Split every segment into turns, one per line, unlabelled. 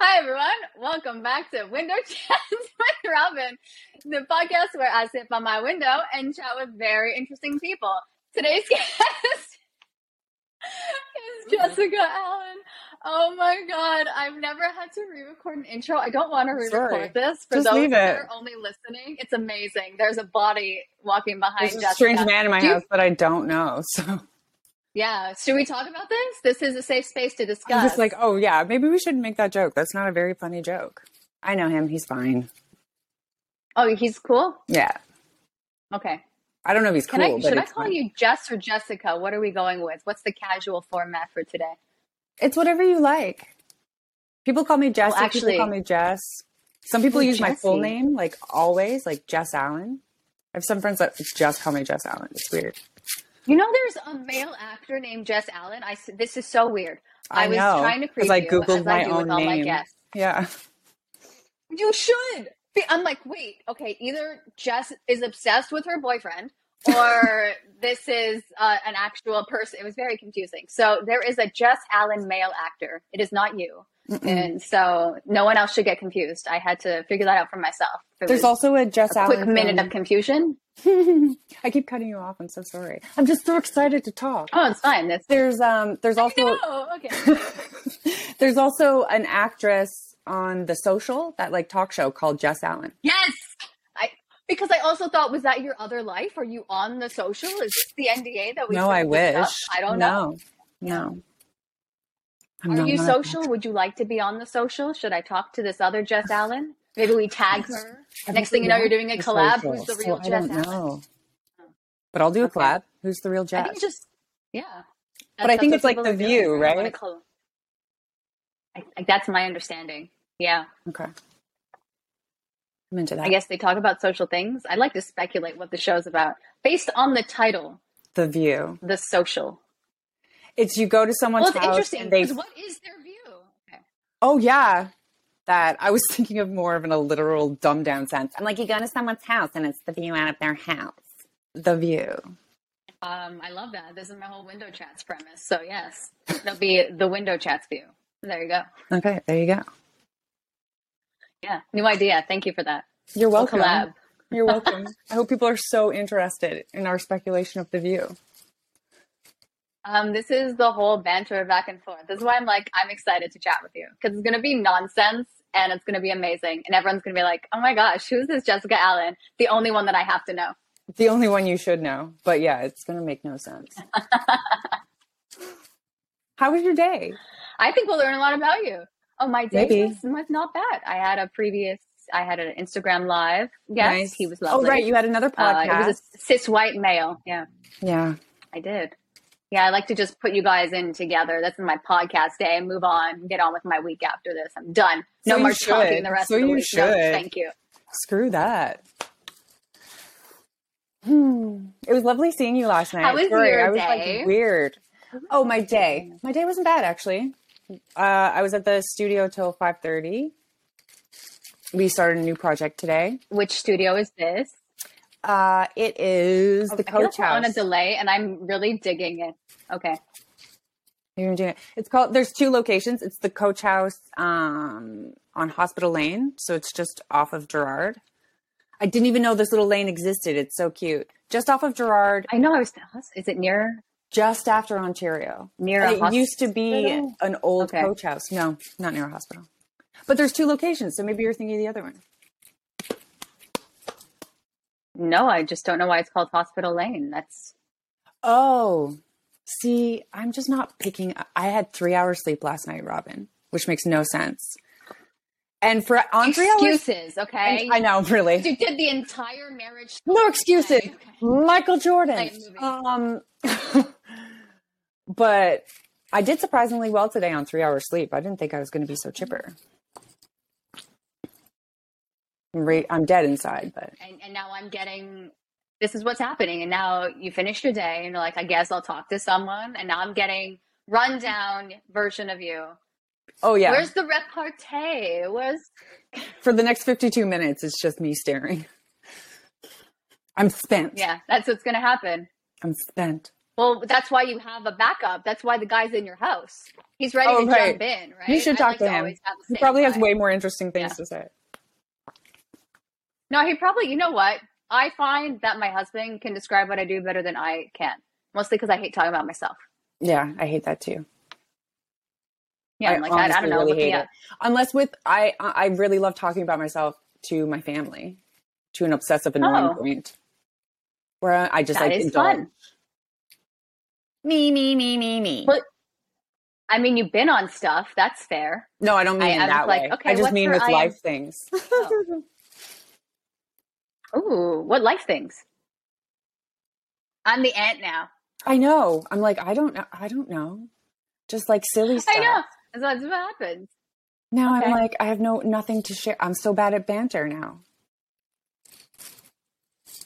Hi, everyone. Welcome back to Window Chats with Robin, the podcast where I sit by my window and chat with very interesting people. Today's guest is Jessica Allen. Oh my God. I've never had to re record an intro. I don't want to re
Sorry.
record this. For
Just
those
leave
that
it.
are only listening, it's amazing. There's a body walking behind
There's a
Jessica.
strange man in my
Do you-
house that I don't know. So
Yeah. Should we talk about this? This is a safe space to
I'm
discuss.
just like, oh yeah, maybe we shouldn't make that joke. That's not a very funny joke. I know him. He's fine.
oh, he's cool?
Yeah.
Okay.
I don't know if he's
Can
cool,
I
but
should I
it's
call
fine.
you Jess or Jessica? What are we going with? What's the casual format for today?
It's whatever you like. People call me Jess.
actually-
people call me Jess. Some people
Oh,
use my full
Jessie.
name, like always, like Jess Allen. I have some friends that just call me Jess Allen. It's weird.
You know, there's a male actor named Jess Allen. I s- this is so weird. I,
I,
was
know,
trying to creep
because I
you,
googled
as
my
I do
own
with all my
name.
guests.
yeah.
You should. Be- I'm like, wait, okay. Either Jess is obsessed with her boyfriend, or this is uh, an actual person. It was very confusing. So there is a Jess Allen male actor. It is not you, and so no one else should get confused. I had to figure that out for myself. It
There's
was-
also a Jess Allen.
quick minute
film.
of confusion.
I keep cutting you off. I'm so sorry. I'm just so excited to talk.
Oh, it's fine. That's
There's um there's also
no, okay.
there's also an actress on the social that like talk show called Jess Allen.
Yes, I because I also thought was that your other life? Are you on the social? Is this the NDA that we?
no, I
couldn't look up?
wish.
I don't know.
no. No. I'm
Are
not
you
one of-
social? Would you like to be on the social? Should I talk to this other Jess Allen? Maybe we tag her.
I've
Next
never
thing you know, you're
watched
doing a
the
collab.
Social,
Who's the
so
real
I
Jess Allen?
don't
Oh.
know. But I'll do a
Okay.
collab. Who's the real
I
Jess?
think just yeah.
But I think
what
it's like
people
The
are doing.
View,
They wanna
right?
col- I, I, that's my understanding. Yeah.
okay. I'm into that.
I guess they talk about social things. I'd like to speculate what the show's about based on the title,
the view.
The Social.
It's you go to someone's
Well, it's
house
interesting
and they
because what is their view? Okay.
Oh yeah. That I was thinking of more of in a literal dumbed down sense. I'm like, you go to someone's house and it's the view out of their house. The view.
Um, I love that. This is my whole window chats premise. So yes, that'll be the window chats view. There you go.
Okay, there you go.
Yeah, new idea. Thank you for that.
You're
We'll
welcome.
collab.
You're welcome. I hope people are so interested in our speculation of the view.
Um, this is the whole banter back and forth. This is why I'm like, I'm excited to chat with you because it's going to be nonsense and it's going to be amazing. And everyone's going to be like, oh my gosh, who's this Jessica Allen? The only one that I have to know.
The only one you should know. But yeah, it's going to make no sense. How was your day?
I think we'll learn a lot about you. Oh, my day
Maybe.
was, was not bad. I had a previous, I had an Instagram live. Yes,
Nice.
he was lovely.
Oh, right. You had another
Uh,
podcast.
it was a cis white male. Yeah,
yeah.
I did. Yeah, I like to just put you guys in together. That's my podcast day. and Move on. Get on with my week after this. I'm done.
So
No
you
more talking
should.
the rest
So
of the
you
week. No,
should.
thank you.
Screw that. Hmm. It was lovely seeing you last night.
How was
Sorry,
your
I was
day?
like weird. Oh, my day. My day wasn't bad actually. Uh, I was at the studio till five thirty. We started a new project today.
Which studio is this?
Uh, it is
Oh,
the
I feel like
Coach
we're on a
House.
delay, and I'm really digging it. Okay.
You're doing it. It's called. There's two locations. It's the Coach House um, on Hospital Lane, so it's just off of Gerard. I didn't even know this little lane existed. It's so cute. Just off of Gerard,
I know. I was. Is it near
just after Ontario.
near
And
a
it
hospital?
used to be an old
Okay.
coach house. No, not near a hospital. But there's two locations, so maybe you're thinking of the other one.
No, I just don't know why it's called Hospital Lane. That's
Oh, see, I'm just not picking. I had three hours sleep last night, Robin, which makes no sense. And for on three hours,
excuses. Okay.
I know, really,
you did the entire marriage.
no excuses.
Okay, okay.
Michael Jordan.
Right, moving.
Um, but I did surprisingly well today on three hours sleep. I didn't think I was going to be so chipper. I'm, re- I'm dead inside, but
and, and now I'm getting this is what's happening. And now you finish your day and you're like, I guess I'll talk to someone. And now I'm getting rundown version of you.
oh yeah,
Where's the repartee? Where's
for the next 52 minutes, it's just me staring. I'm spent.
yeah, that's what's gonna happen.
I'm spent.
Well, that's why you have a backup. That's why the guy's in your house. He's ready
Oh,
to
right.
jump in, right?
You should
I'd
talk
like
to him.
always have the
He
same
probably
guy.
has way more interesting things
Yeah.
to say.
No, he probably, you know what? I find that my husband can describe what I do better than I can, mostly because I hate talking about myself.
Yeah, I hate that too.
Yeah, I am like, I, I
honestly
don't know.
really
look me
hate
up.
it. Unless with I, I I really love talking about myself to my family, to an obsessive annoying
Oh.
point, where I just
That
like
is
indulge.
fun.
Me me me me me.
But- I mean, you've been on stuff. That's fair.
no, I don't mean
I-
in
I was
that
like,
way.
okay,
I just
what's
mean
her
with
I am-
life things.
Oh. Ooh, what life things? I'm the aunt now.
I know. I'm like I don't know. I don't know. Just like silly stuff.
I know. That's what- that's what happens.
Now
Okay.
I'm like I have no nothing to share. I'm so bad at banter now.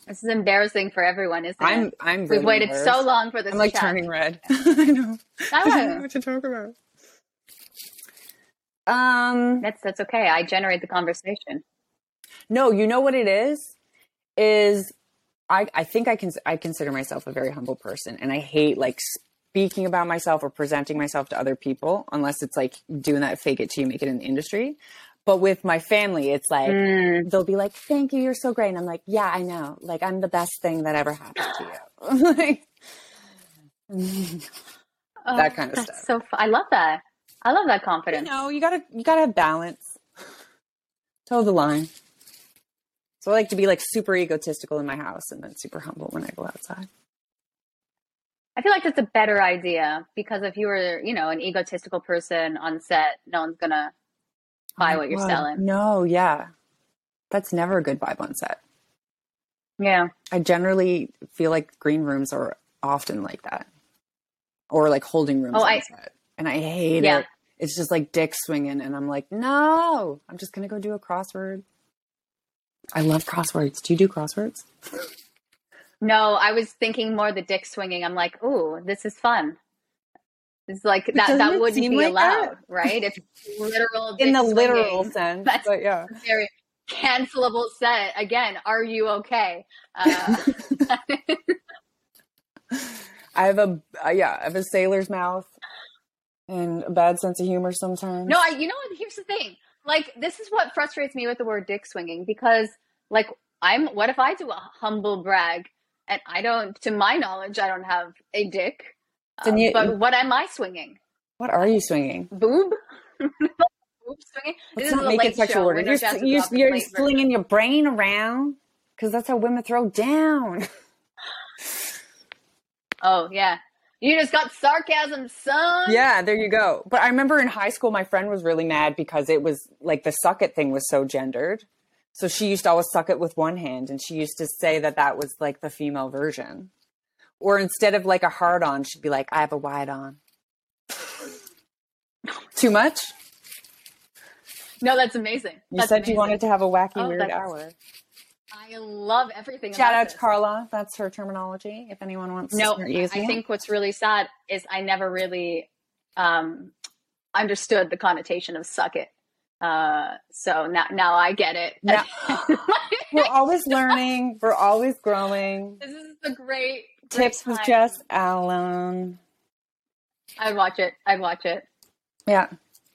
This is embarrassing for everyone, isn't
I'm
it?
I'm really
We've waited
nervous.
so long for this.
I'm like
chat.
turning red. I know.
I
I don't know
know.
what to talk about. Um,
That's that's okay. I generate the conversation.
no, you know what it is? Is I I think I can I consider myself a very humble person and I hate like speaking about myself or presenting myself to other people unless it's like doing that fake it till you make it in the industry. But with my family, it's like
Mm.
they'll be like, "Thank you, you're so great." And I'm like, "Yeah, I know. Like I'm the best thing that ever happened to you." like
Oh,
That kind of
that's So
stuff.
fu- I love that. I love that
you
confidence.
know, you gotta you gotta have balance. Toe the line. So I like to be like super egotistical in my house and then super humble when I go outside.
I feel like that's a better idea because if you were, you know, an egotistical person on set, no one's gonna buy
Oh my
what you're
God.
selling.
No, yeah. That's never a good vibe on set.
Yeah.
I generally feel like green rooms are often like that. Or like holding rooms
Oh,
on
I-
set. And I hate
Yeah.
it. It's just like dick swinging and I'm like, "No, I'm just going to go do a crossword." I love crosswords. Do you do crosswords?
No, I was thinking more the dick swinging. I'm like, ooh, this is fun. It's like that.
doesn't
That
it
wouldn't
seem
be
like
allowed,
that?
right? If it's literal
in
dick
the
swinging,
literal sense,
That's-
but yeah.
very cancelable set again. Are you okay? Uh,
I have a uh, yeah, I have a sailor's mouth and a bad sense of humor sometimes.
No, I, you know what? Here's the thing. Like, this is what frustrates me with the word dick swinging because, like, I'm, what if I do a humble brag and I don't, to my knowledge, I don't have a dick. Uh,
Then you-
but what am I swinging?
what are you swinging?
Boob? Boob swinging?
Let's
this is
not
a
make
late
it sexual.
show. We're
order.
not
You're
just
s- you're,
adopting
you're
late version.
slinging your brain around because that's how women throw down.
Oh, yeah. You just got sarcasm, son.
yeah, there you go. But I remember in high school, my friend was really mad because it was like the suck it thing was so gendered. So she used to always suck it with one hand, and she used to say that that was like the female version. Or instead of like a hard on, she'd be like, "I have a wide on." Too much?
No, that's amazing.
You
That's
said
amazing.
you wanted to have a wacky
Oh,
weird
that's-
hour.
I love everything.
Shout
about
out to
this.
Carla. That's her terminology. If anyone wants
No,
to start
I
using it.
think what's really sad is I never really um, understood the connotation of suck it. Uh, so now, now I get it.
Now- we're always learning. We're always growing.
this is the great, great
Tips with
time.
Jess Allen.
I'd watch it. I'd watch it.
Yeah.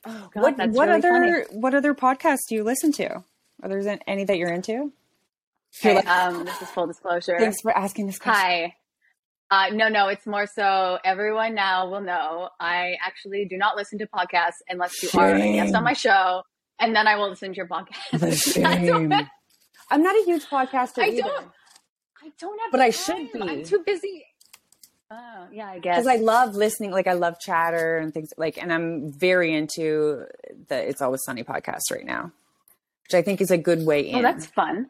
Oh God,
what
that's
what
really funny.
other what other podcasts do you listen to? Are there an- any that you're into?
Okay,
You're like,
um, this is full disclosure.
Thanks for asking this question.
Hi. Uh, no, no, it's more so everyone now will know I actually do not listen to podcasts unless you are a guest
Shame.
on my show, and then I will listen to your podcast.
The
That's
shame.
what-
I'm not a huge podcaster
I
either.
don't. I don't have.
But
the
I should
time. I'm
be.
too busy. Oh yeah, I guess.
because I love listening. Like I love chatter and things like, and I'm very into the It's Always Sunny podcast right now, which I think is a good way in.
oh, that's fun.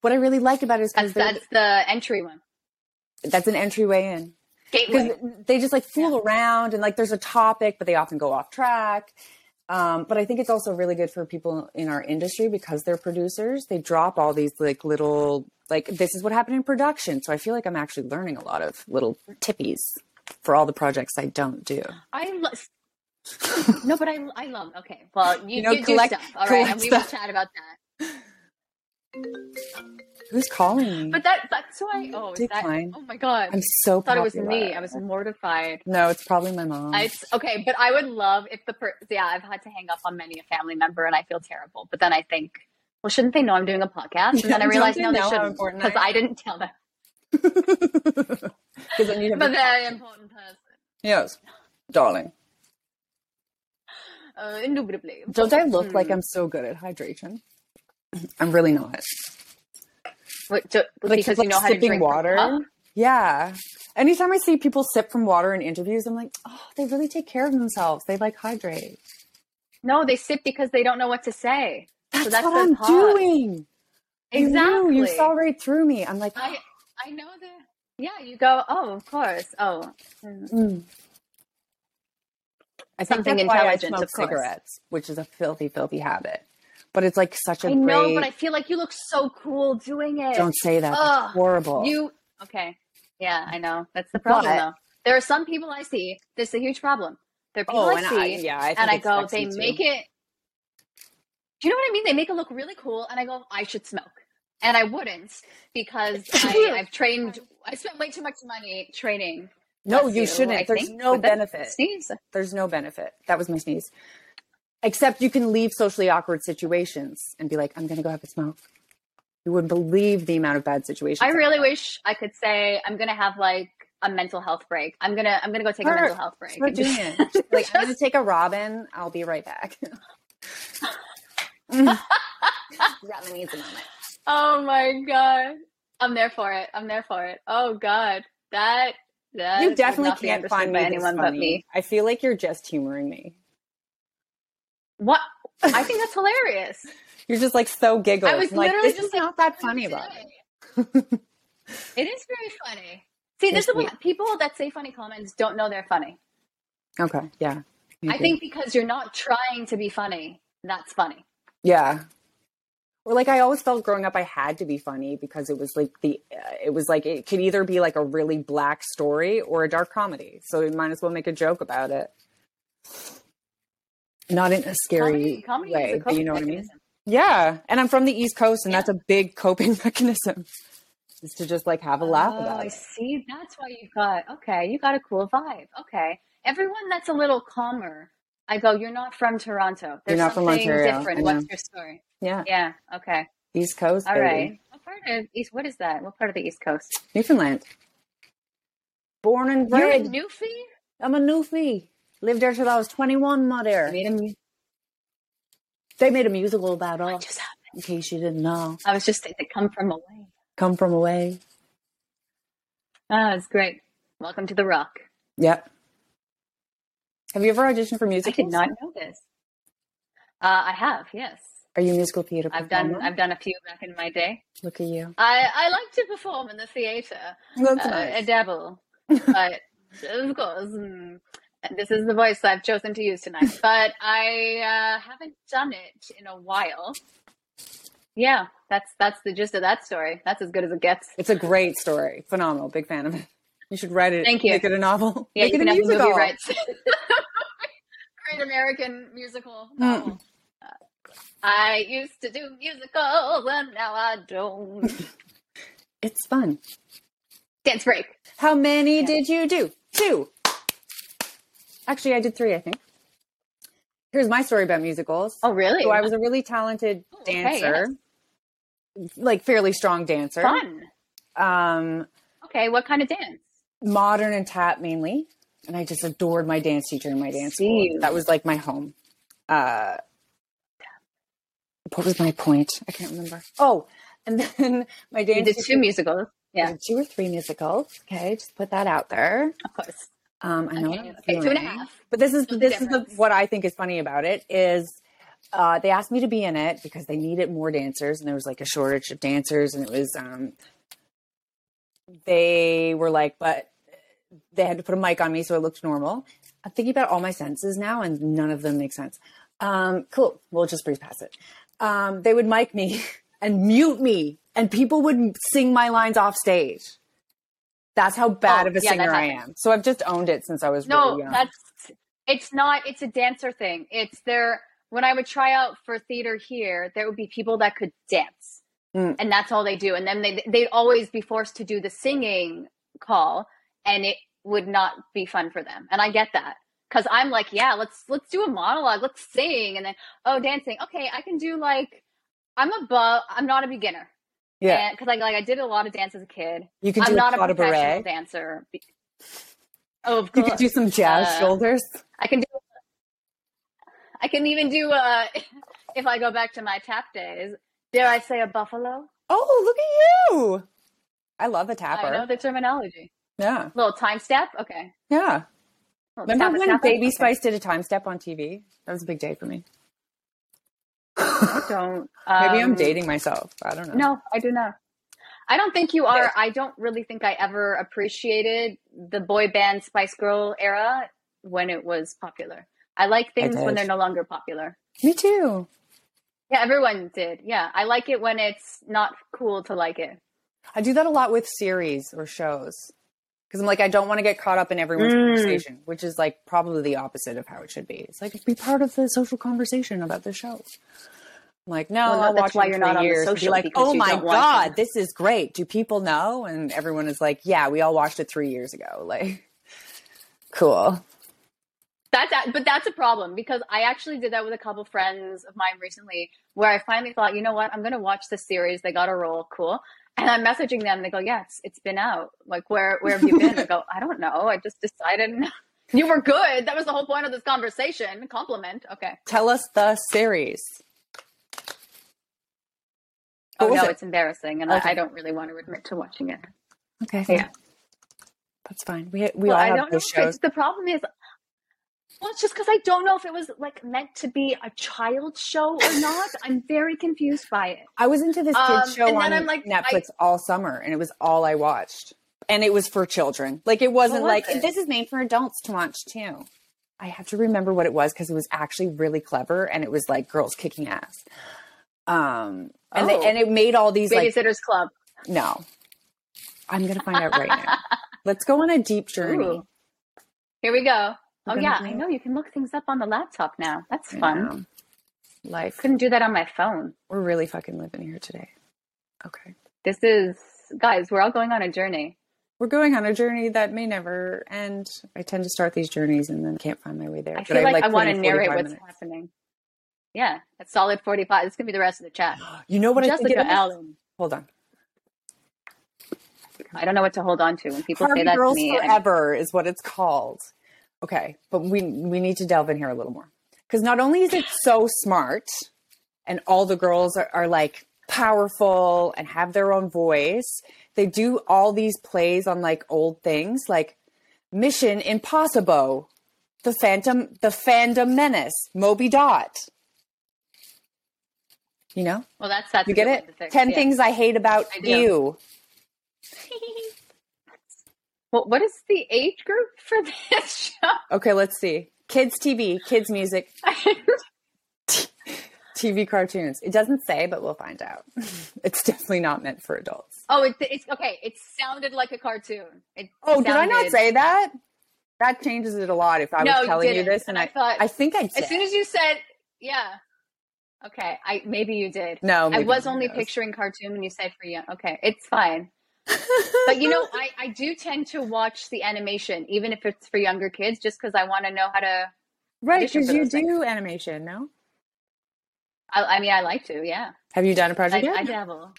what I really like about it is
That's
because that's,
that's the entry one.
that's an entryway in because
Gateway.
they just like fool around and like there's a topic, but they often go off track. Um, but I think it's also really good for people in our industry because they're producers. They drop all these like little like this is what happened in production. So I feel like I'm actually learning a lot of little tippies for all the projects I don't do.
I lo- no, but I I love. Okay, well you,
You
you,
know,
do
collect-
stuff. All right,
collect
and we will
stuff.
chat about that.
Who's calling me?
But that that's why. Oh, is that,
Mm, Decline.
oh my god!
I'm so
I thought it was
popular.
me. I was mortified.
No, it's probably my mom.
I, it's okay, but I would love if the per- yeah. I've had to hang up on many a family member, and I feel terrible. But then I think, well, shouldn't they know I'm doing a podcast? And then I
Don't
realize
they
no, they
know how
shouldn't
important
because
I am?
I didn't tell them.
Because I need
I'm a
to.
very important person,
Yes, darling.
uh, indubitably. Hmm.
Don't I look like I'm so good at hydration? I'm really not.
Wait, so-
Like,
because
like
you know how to
sipping
drink from
water.
a cup?
Yeah. Anytime I see people sip from water in interviews, I'm like, oh, they really take care of themselves. They like hydrate.
No, they sip because they don't know what to say.
That's,
that's
what
their
I'm
pause.
doing. You knew.
Exactly.
You, saw right through me. I'm like,
I I know that. Yeah, you go. Oh, of course. Oh,
mm. I think
Something
that's why I
intelligent,
smoke
of course.
cigarettes, which is a filthy, filthy habit. But it's like such a
I
great.
know, but I feel like you look so cool doing it.
Don't say that.
Ugh,
That's horrible.
You okay? Yeah, I know. That's the problem,
But-
though. There are some people I see. This is a huge problem. There are people
oh,
I
and
see,
I, yeah, I think
and I
it's
go,
sexy
they
too.
make it. Do you know what I mean? They make it look really cool, and I go, I should smoke, and I wouldn't because I, I've trained. I spent way too much money training.
No,
Bless
you shouldn't.
I
There's
think,
no
with that
benefit.
Sneeze.
There's no benefit. That was my sneeze. Except you can leave socially awkward situations and be like, I'm going to go have a smoke. You wouldn't believe the amount of bad situations.
I really wish I could say I'm gonna have like a mental health break. I'm gonna I'm gonna go take a
Start-
mental health break.
Start
and
doing
just-
it. Like, I'm going to take a robin. I'll be right back. robin needs a moment.
Oh my god. I'm there for it. I'm there for it. Oh god. That that
You
would
definitely
not be
can't
understood
find me
by
this
anyone but
funny.
me.
I feel like you're just humoring me.
What I think that's hilarious.
You're just like so giggling.
I was
I'm like,
literally
this
just
is
like,
not that
what are
funny,
you
Robin.
doing? it is very funny. See, this
It's
is
me.
what people that say funny comments don't know they're funny.
Okay. Yeah.
I
Maybe.
think because you're not trying to be funny, that's funny.
Yeah. Or like I always felt growing up, I had to be funny because it was like the, uh, it was like it could either be like a really black story or a dark comedy. So we might as well make a joke about it. Not in a
Comedy,
scary
comedy
way,
is a
but you know what
coping
I mean?
mechanism.
Yeah, and I'm from the East Coast, and
Yeah.
that's a big coping mechanism is to just like have a laugh
oh,
about
I
it.
see. That's why you've got okay. You got a cool vibe. Okay, everyone that's a little calmer. I go. You're not from Toronto. There's
not from
something
Ontario, I
different.
know.
What's your story?
Yeah,
Yeah. Okay.
East Coast,
All
baby.
right. What part of East? What is that? What part of the East Coast?
Newfoundland. Born and
You're a
bred.
newfie.
I'm a newfie. Lived there till I was 21, my dear. They made a musical about
What
us,
just happened?
in case you didn't know.
I was just saying they come from away.
Come from away.
Ah, it's great. Welcome to the Rock.
Yep. Have you ever auditioned for
I
musicals?
did not know this. Uh, I have. Yes,
Are you a musical theater
I've done.
performer?
I've done a few back in my day.
Look at you.
I I like to perform in the theater.
That's
uh, a
nice.
devil. But of course, mm, this is the voice I've chosen to use tonight. But I uh, haven't done it in a while. Yeah, that's that's the gist of that story. That's as good as it gets.
It's a great story. Phenomenal. Big fan of it. You should write it.
Thank you.
Make it a novel.
Yeah,
make
you
it
can
a
have the
musical.
movie rights. Great American musical.
Mm.
novel. Uh, I used to do musicals and now I don't.
It's fun.
Dance break.
How many
Yeah.
did you do? Two. Actually, I did three, I think. Here's my story about musicals.
Oh, really?
So I was a really talented
Oh, okay,
dancer, like fairly strong dancer.
fun.
Um,
Okay, what kind of dance?
modern and tap mainly. And I just adored my dance teacher and my dance school.
See.
That was like my home. Uh, what was my point? I can't remember. Oh, and then my
You
dance
did
teacher
two musicals.
I
Yeah,
did two or three musicals. Okay, just put that out there.
of course.
Um, I
Okay,
know what I'm
okay, two and a
feeling.
half.
But this is
What's the
this is the,
difference?
what I think is funny about it is uh, they asked me to be in it because they needed more dancers, and there was like a shortage of dancers, and it was um, they were like, but they had to put a mic on me so it looked normal. I'm thinking about all my senses now, and none of them make sense. Um, cool, we'll just breeze past it. Um, they would mic me and mute me, and people would sing my lines off stage. That's how bad
Oh,
of a
yeah, that
singer I
happens.
am. So I've just owned it since I was
No,
really young.
that's it's not. It's a dancer thing. It's there. When I would try out for theater here, there would be people that could dance.
Mm.
and that's all they do. And then they they'd always be forced to do the singing call, and it would not be fun for them. And I get that because I'm like, yeah, let's let's do a monologue, let's sing, and then oh, dancing. Okay, I can do like I'm above. I'm not a beginner.
Yeah.
because like like I did a lot of dance as a kid.
You can do
I'm not a
pot of
professional
beret.
dancer. be- Oh, of
You
course.
could do some jazz
Uh,
shoulders.
I can do. I can even do. Uh, if I go back to my tap days, dare I say a buffalo?
Oh, look at you. I love a
I know
tapper.
the terminology.
Yeah.
Little time step. Okay.
Yeah.
Little tap-a,
Remember when
tap-a?
Baby
Okay.
Spice did a time step on TV? That was a big day for me.
Don't.
Maybe I'm
um,
dating myself. I don't know.
No, I do not. I don't think you are. I don't really think I ever appreciated the boy band Spice Girl era when it was popular. I like things when
did.
they're no longer popular.
Me too.
Yeah, everyone did. Yeah, I like it when it's not cool to like it.
I do that a lot with series or shows because I'm like, I don't want to get caught up in everyone's
Mm.
conversation, which is like probably the opposite of how it should be. It's like be part of the social conversation about the show. I'm like, no,
Well, no,
I'll
that's
watch
why
it
you're
for
not on the
years and be
social
like,
because
oh
you
my
don't want to."
god, this is great. Do people know? And everyone is like, yeah, we all watched it three years ago. Like, cool.
That's a- but that's a problem because I actually did that with a couple friends of mine recently, where I finally thought, you know what, I'm gonna watch the series. They got a role, cool. And I'm messaging them. They go, yeah, it's, it's been out. Like, where where have you been? I go, I don't know. I just decided you were good. That was the whole point of this conversation. Compliment. Okay.
Tell us the series. What
oh
was
no,
it?
it's embarrassing, and
Okay.
I, I don't really want to admit to watching it.
Okay, fine.
Yeah.
that's fine. We we
well,
all
I
have
don't know.
those
If
shows.
it's, the problem is, well, it's just because I don't know if it was like meant to be a child show or not. I'm very confused by it.
I was into this kid
Um,
show
and
on
then I'm like,
Netflix all summer, and it was all I watched. And it was for children. Like it wasn't
was
like
it?
this is made for adults to watch too. I have to remember what it was because it was actually really clever, and it was like girls kicking ass. Um,
Oh.
and they, and it made all these like
Babysitters Club.
no. I'm gonna find out right now. Let's go on a deep journey.
Ooh. Here we go. Oh
gonna
yeah,
do
I
it.
know you can look things up on the laptop now. That's
You
fun.
know, life.
Couldn't do that on my phone.
We're really fucking living here today. Okay.
This is guys, we're all going on a journey.
we're going on a journey that may never end. I tend to start these journeys and then can't find my way there.
I
But
feel like, I
put
want to
in
narrate
45
what's
minutes.
happening. Yeah, a solid forty-five. This is gonna be the rest of the chat.
You know what I think
Jessica
it is?
Allen.
Hold on.
I don't know what to hold on to when people
Harvey
say that
Girls
to me. I'm-
Forever is what it's called. Okay, but we we need to delve in here a little more because not only is it so smart, and all the girls are, are like powerful and have their own voice. They do all these plays on like old things, like Mission Impossible, the Phantom, the Fandom Menace, Moby Dot. You know,
well, that's that's
you
a
get
good one to
it.
fix,
Ten
yeah.
things I hate about
I do.
you.
Well, what is the age group for this show?
Okay, let's see. Kids TV, kids music, TV cartoons. It doesn't say, but we'll find out. it's definitely not meant for adults.
oh, it's it's okay. It sounded like a cartoon. It
Oh, did I not
sounded-
say that? That changes it a lot if I
No,
was
you
telling you,
didn't.
this. And I,
I
I,
thought-
think I did.
As soon as you said, yeah. Okay, I maybe you did.
no,
I
maybe
was
not.
only
Who knows?
picturing cartoon when you said for young. Okay, it's fine. but you know, I, I do tend to watch the animation, even if it's for younger kids, just because I want to know how to.
Right,
audition
because
for
you
those
do
things.
animation, no?
I, I mean, I like to, yeah.
Have you done a
I,
project
I
yet?
dabble.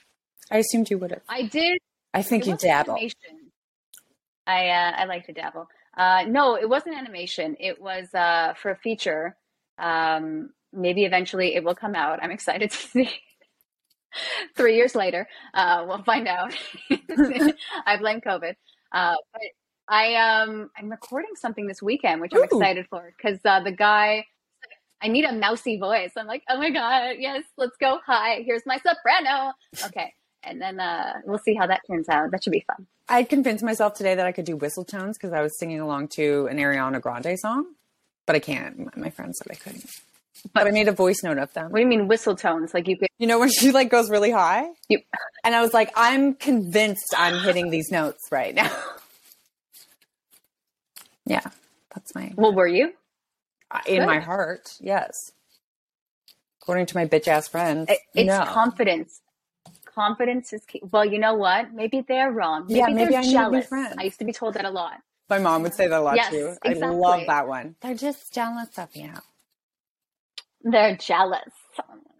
I, assumed you would have.
I did.
I think
it
you
wasn't
dabble.
Animation. I uh, I like to dabble. Uh, no, it wasn't animation. It was uh, for a feature. Um, maybe eventually it will come out. I'm excited to see. Three years later, uh, we'll find out. I blame COVID. Uh, but I um, I'm recording something this weekend, which I'm
Ooh.
excited for because uh, the guy. I need a mousy voice. I'm like, oh my god, yes, let's go. Hi, here's my soprano. Okay, and then uh, we'll see how that turns out. That should be fun.
I convinced myself today that I could do whistle tones because I was singing along to an Ariana Grande song, but I can't. My friend said I couldn't. But I made a voice note of them.
What do you mean whistle tones? Like you could
You know when she like goes really high?
You-
And I was like, I'm convinced I'm hitting these notes right now. yeah, that's my
well, were you?
in
Good.
my heart. Yes, according to my bitch ass friend,
It- It's
no.
confidence. confidence is key. Well, you know what? Maybe they're wrong. Maybe
Yeah, maybe
they're
I need to be
jealous.
friends.
I used to be told that a lot.
My mom would say that a lot
Yes,
too. I
exactly.
love that one. They're just jealous of you.
They're jealous.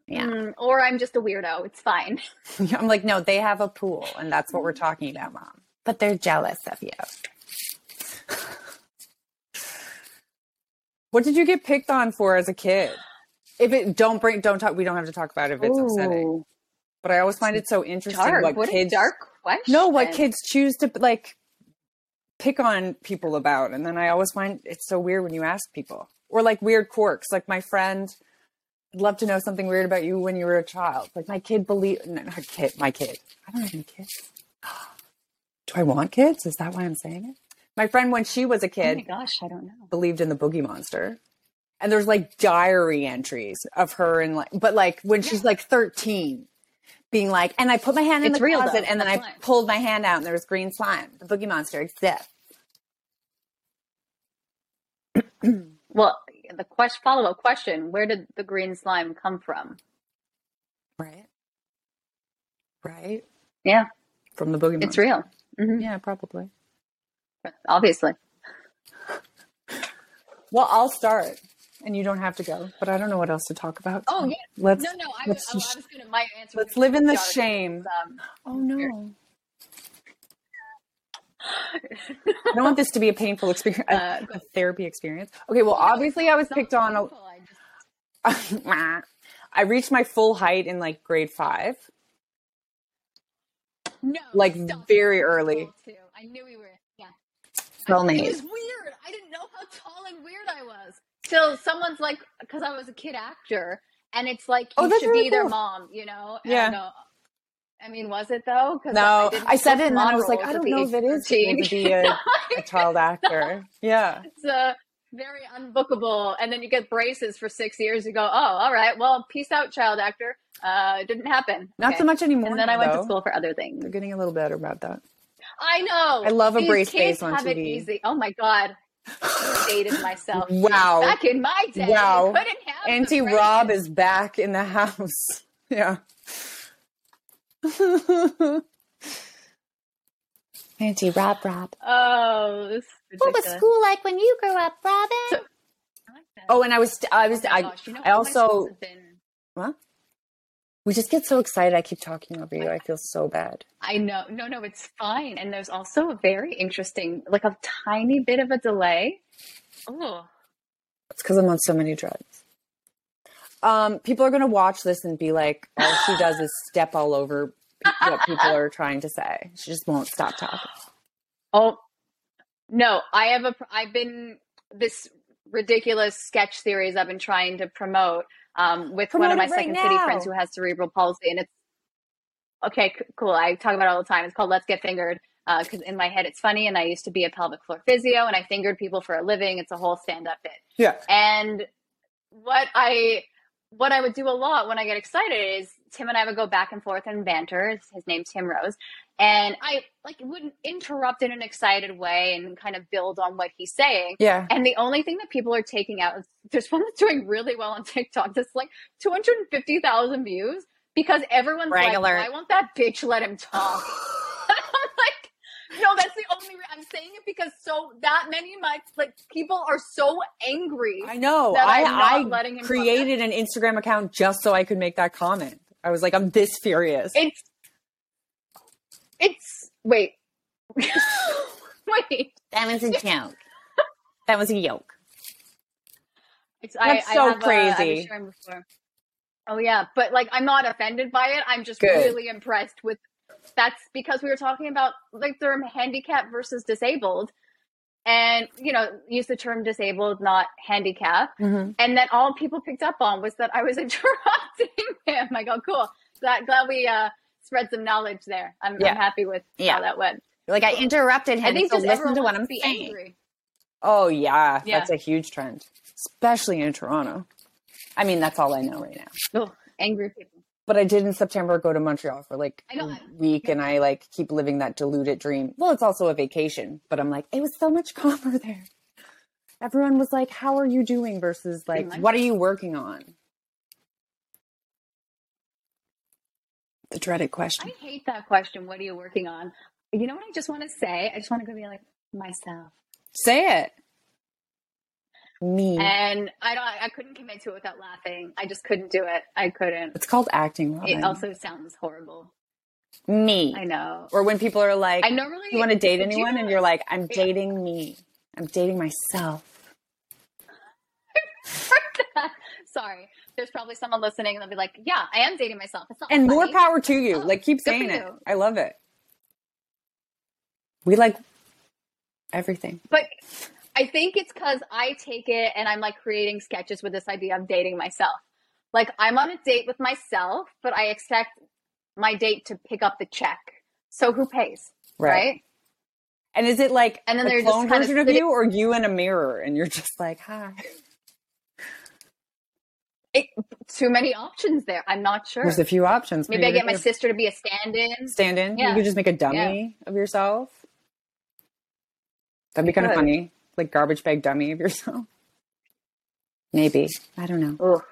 Yeah.
Mm, or I'm just a weirdo. It's fine.
I'm like, no, they have a pool, and that's what we're talking about, mom. But they're jealous of you. what did you get picked on for as a kid? If it don't bring, don't talk. We don't have to talk about it if it's upsetting.
Ooh,
But I always find it so interesting
dark.
what,
What, a
kids
dark question.
no what kids choose to like pick on people about and then i always find it's so weird when you ask people or like weird quirks like my friend i'd love to know something weird about you when you were a child like my kid believe no, not kid my kid i don't have any kids do i want kids is that why i'm saying it my friend when she was a
Oh
kid
my gosh, I don't know.
believed in the boogie monster. And there's like diary entries of her and like but like when she's like 13 being like and I put my hand in
It's
the
real,
closet
though.
and then I
That's life.
pulled my hand out and there was green slime. The boogie monster exists.
Well, the question, follow up question: Where did the green slime come from?
Right? Right?
Yeah,
From the boogie
it's
monster.
real. Mhm.
Yeah, probably.
Obviously.
Well, I'll start. And you don't have to go, but I don't know what else to talk about.
Oh,
so
yeah.
Mm. Let's
No, no. I, was-
let's,
I, was going to. My answer.
let's
was
live in the
dark.
shame.
Um,
Oh no. I don't want this to be a painful experience, a,
Uh,
a therapy experience. Okay, well, obviously I was
not
picked on.
painful, I just-
A, I reached my full height in like grade five.
No,
Like,
stop.
very
I was
early.
tall, too. I knew we were. Yeah. It
Soulmate.
was weird. I didn't know how tall and weird I was. So someone's like, because I was a kid actor, and it's like you
Oh, that's
should
really
be their
cool.
mom, you know? And
Yeah.
I, go, I mean, was it though? 'Cause
No,
didn't
I said
book
it and then I
mom
was like,
roles
I
at
don't
the
know
age
if it
of
is cool to
13.
be a, a child actor. Yeah.
it's uh, very unbookable. And then you get braces for six years. You go, oh, all right, well, peace out, child actor. Uh, it didn't happen.
Not
Okay.
so much anymore.
And then I went
though.
to school for other things.
They're getting a little better about that.
I know.
I love a
These
brace
kids
face on
have it
TV.
easy. Oh my god, I dated myself.
Wow.
Back in my day,
Wow.
you couldn't have the
Auntie
braces.
Rob is back in the house. Yeah. Auntie Rob Rob.
Oh, this is ridiculous.
like when you grew up, Robin?
I like that.
Oh, and I was I was
Oh my
I,
gosh, you know
I
what? My schools
also
have been-
what? We just get so excited. I keep talking over you. I feel so bad.
I know. No, no, it's fine. And there's also a very interesting, like a tiny bit of a delay. Oh,
It's because I'm on so many drugs. Um, people are gonna watch this and be like, all she does is step all over what people are trying to say. She just won't stop talking.
oh, no. I have a. pr- I've been this ridiculous sketch series I've been trying to promote um, with one
Promote
of my
it right
second city friends
now.
who has cerebral palsy, and it's okay, c- cool. I talk about it all the time. It's called Let's Get Fingered because in my head it's funny, and I used to be a pelvic floor physio, and I fingered people for a living. It's a whole stand-up bit.
Yeah.
And what I what I would do a lot when I get excited is Tim and I would go back and forth and banter. His name's Tim Rose. And I like wouldn't interrupt in an excited way and kind of build on what he's saying.
Yeah.
And the only thing that people are taking out is there's one that's doing really well on TikTok that's like 250,000 views because everyone's
Brag
like,
alert.
why won't that bitch let him talk? I'm like, no, that's the only re- I'm saying it because so that many of my like people are so angry.
I know.
that I'm
I,
not
I
letting him talk.
created an Instagram account just so I could make that comment. I was like, I'm this furious.
It's it's wait. wait.
that was a joke. that was a yoke.
It's
That's
I,
so
I have, uh, I was
crazy.
sharing before. Oh yeah, but like I'm not offended by it. I'm just
Good.
really impressed with. That's because we were talking about like the term handicapped versus disabled, and you know use the term disabled, not handicap.
Mm-hmm.
And then all people picked up on was that I was interrupting him. I go cool. Glad glad we uh, spread some knowledge there. I'm,
Yeah.
I'm happy with
Yeah.
how that went.
Like I interrupted him.
I think
so
just
listen
everyone
to what
wants
I'm
to be
saying.
angry.
Oh yeah,
Yeah.
that's a huge trend, especially in Toronto. I mean, that's all I know right now.
Oh, angry people.
But I did in September go to Montreal for like
I know.
a week, and I like keep living that deluded dream. Well, it's also a vacation, but I'm like, it was so much calmer there. Everyone was like, "How are you doing?" versus like,
much.
"What are you working on?"
The dreaded question.
I hate that question. What are you working on? You know what I just want to say? I just want to go be like myself.
Say it. Me.
And I don't I couldn't commit to it without laughing. I just couldn't do it. I couldn't.
It's called acting, Robin.
It also sounds horrible.
me.
I know.
Or when people are like,
I normally
you want to date
Do you
anyone?
know-
and you're like, I'm
Yeah.
dating me. I'm dating myself.
Sorry. There's probably someone listening and they'll be like, Yeah, I am dating myself. It's not
And more
funny.
power to you.
Oh,
like, keep
good for
saying it.
you.
I love it. We like everything.
But I think it's because I take it and I'm like creating sketches with this idea of dating myself. Like I'm on a date with myself, but I expect my date to pick up the check. So who pays?
Right.
Right.
And is it like
And then
a
they're just
clone
kinda
version of
sitting-
you or you in a mirror and you're just like, hi.
Too many options there. I'm not sure.
There's a few options.
Maybe I get my
there's
sister to be a stand in.
a stand in. You
Yeah.
could just make a dummy of yourself. That'd be kind of
could.
funny. Like garbage bag dummy of yourself. Maybe. I don't know.
Ugh,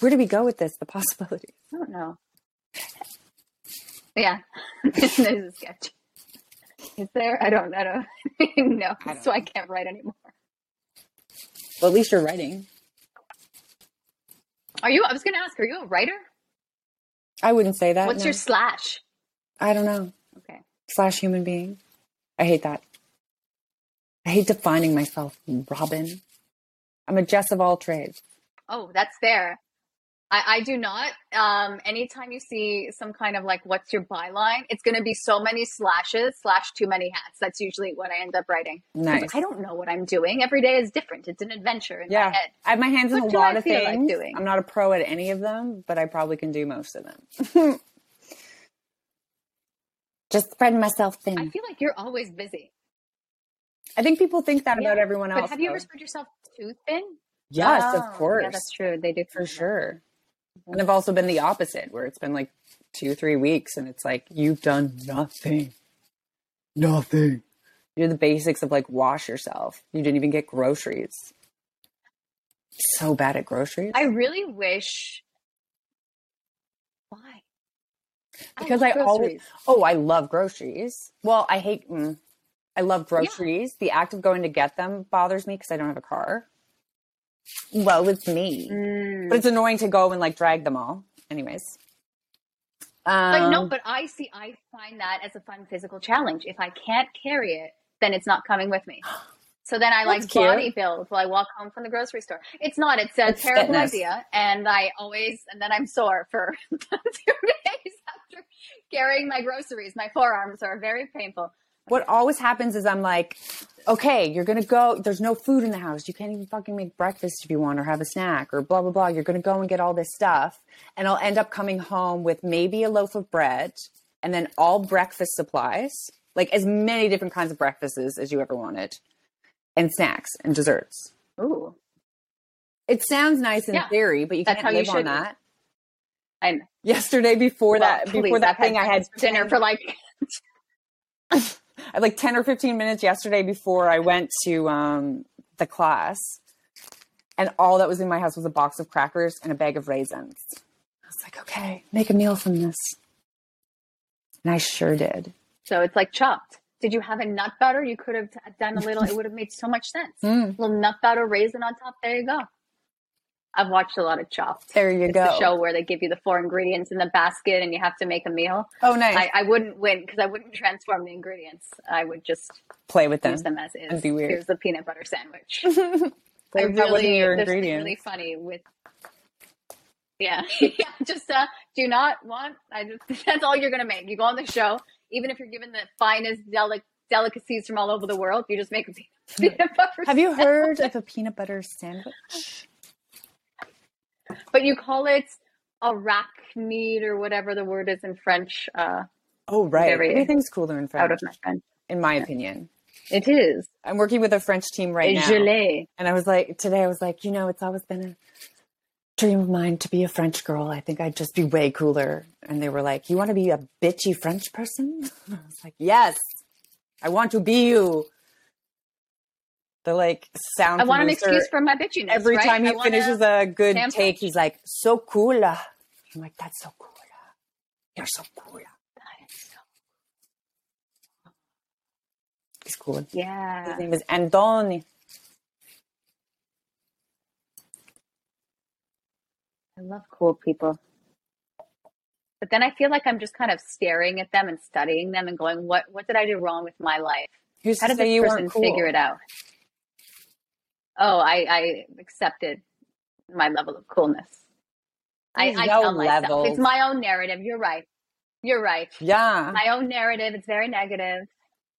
Where do we go with this? The possibilities.
I don't know. Yeah. There's a sketch. Is there? I don't I don't know.
don't
So I can't write anymore.
Well, at least you're writing.
Are you I was gonna ask, are you a writer?
I wouldn't say that.
What's
no.
your slash?
I don't know.
Okay.
Slash human being. I hate that. I hate defining myself, Robin. I'm a Jess of all trades.
Oh, that's fair. I, I do not. Um, anytime you see some kind of like, what's your byline? It's going to be so many slashes slash too many hats. That's usually what I end up writing. 'Cause
Nice.
I don't know what I'm doing. Every day is different. It's an adventure in
Yeah,
my head.
I have my hands in
What
a
do
lot
I
of
feel like
things.
doing?
I'm not a pro at any of them, but I probably can do most of them. Just spreading myself thin.
I
I,
feel like you're always busy.
think people think that about
Yeah,
everyone else.
But have you ever
though.
spread yourself too thin?
Yes,
Oh,
of course,
Yeah, that's true. They do
for sure. And I've also been the opposite, where it's been like two, three weeks, and it's like you've done nothing, nothing. You did the basics of like wash yourself. You didn't even get groceries. So bad at groceries.
I really wish. Why?
because I
love
always
groceries.
oh I love groceries. Well, I hate mm, I love groceries. The act of going to get them bothers me because I don't have a car. Well, it's me,
Mm.
but it's annoying to go and like drag them all. Anyways, um,
But no, but I see. I find that as a fun physical challenge. If I can't carry it, then it's not coming with me. So then I like
That's cute.
body build while I walk home from the grocery store. It's not. It's a
It's
terrible
fitness.
idea, and I always and then I'm sore for two days after carrying my groceries. My forearms are very painful.
what always happens is I'm like, okay, you're gonna go. There's no food in the house. You can't even fucking make breakfast if you want, or have a snack, or blah blah blah. You're gonna go and get all this stuff, and I'll end up coming home with maybe a loaf of bread, and then all breakfast supplies, like as many different kinds of breakfasts as you ever wanted, and snacks and desserts.
Ooh,
It sounds nice in
Yeah.
theory, but you
That's
can't
how you
live on
should.
that.
and
Yesterday, before
well,
that, before
please,
that
I've had
thing, I had
dinner for like
I had, like 10 or 15 minutes yesterday before I went to um, the class. And all that was in my house was a box of crackers and a bag of raisins. I was like, okay, make a meal from this. And I sure did.
so. It's like chopped. Did you have a nut butter? You could have done a little. It would have made so much sense.
Mm.
little nut butter raisin on top. There you go. I've watched a lot of Chopped.
There you
It's
go.
the show where they give you the four ingredients in the basket and you have to make a meal.
Oh, nice.
I, I wouldn't win because I wouldn't transform the ingredients. I would just
Play with them.
use them as is.
That'd be weird.
Here's the peanut butter sandwich.
Play
I
with that wasn't
really,
your
there's something
ingredient.
really funny with. Yeah, yeah. Just uh, do not want. I just that's all you're gonna make. You go on the show, even if you're given the finest delic- delicacies from all over the world, you just make a peanut, peanut butter.
Hmm. Have you heard of a peanut butter sandwich?
But you call it arachnid or whatever the word is in French. Uh,
Oh, right.
Very-
Everything's cooler in
out
French,
of my French.
in my opinion.
It is
I'm working with a French team right
a
now.
gelée.
And I was like, today I was like, you know, it's always been a dream of mine to be a French girl. I think I'd just be way cooler. And they were like, you want to be a bitchy French person? I was like, yes, I want to be you. The like sound.
I want an
producer,
excuse for my bitchiness.
Every
right?
time
I
he
wanna-
finishes a good
sample.
take, he's like, so cool. I'm like, that's so cool. They're so cool.
That is so-
He's cool. His
Yeah.
name is Andoni.
I love cool people. But then I feel like I'm just kind of staring at them and studying them and going, what, what did I do wrong with my life?
Who's
How
to
did
say
this
you
person
weren't cool?
figure it out? Oh, I, I accepted my level of coolness. I,
There's
I
no
tell myself
levels.
it's my own narrative. You're right. You're right.
Yeah.
My own narrative. It's very negative.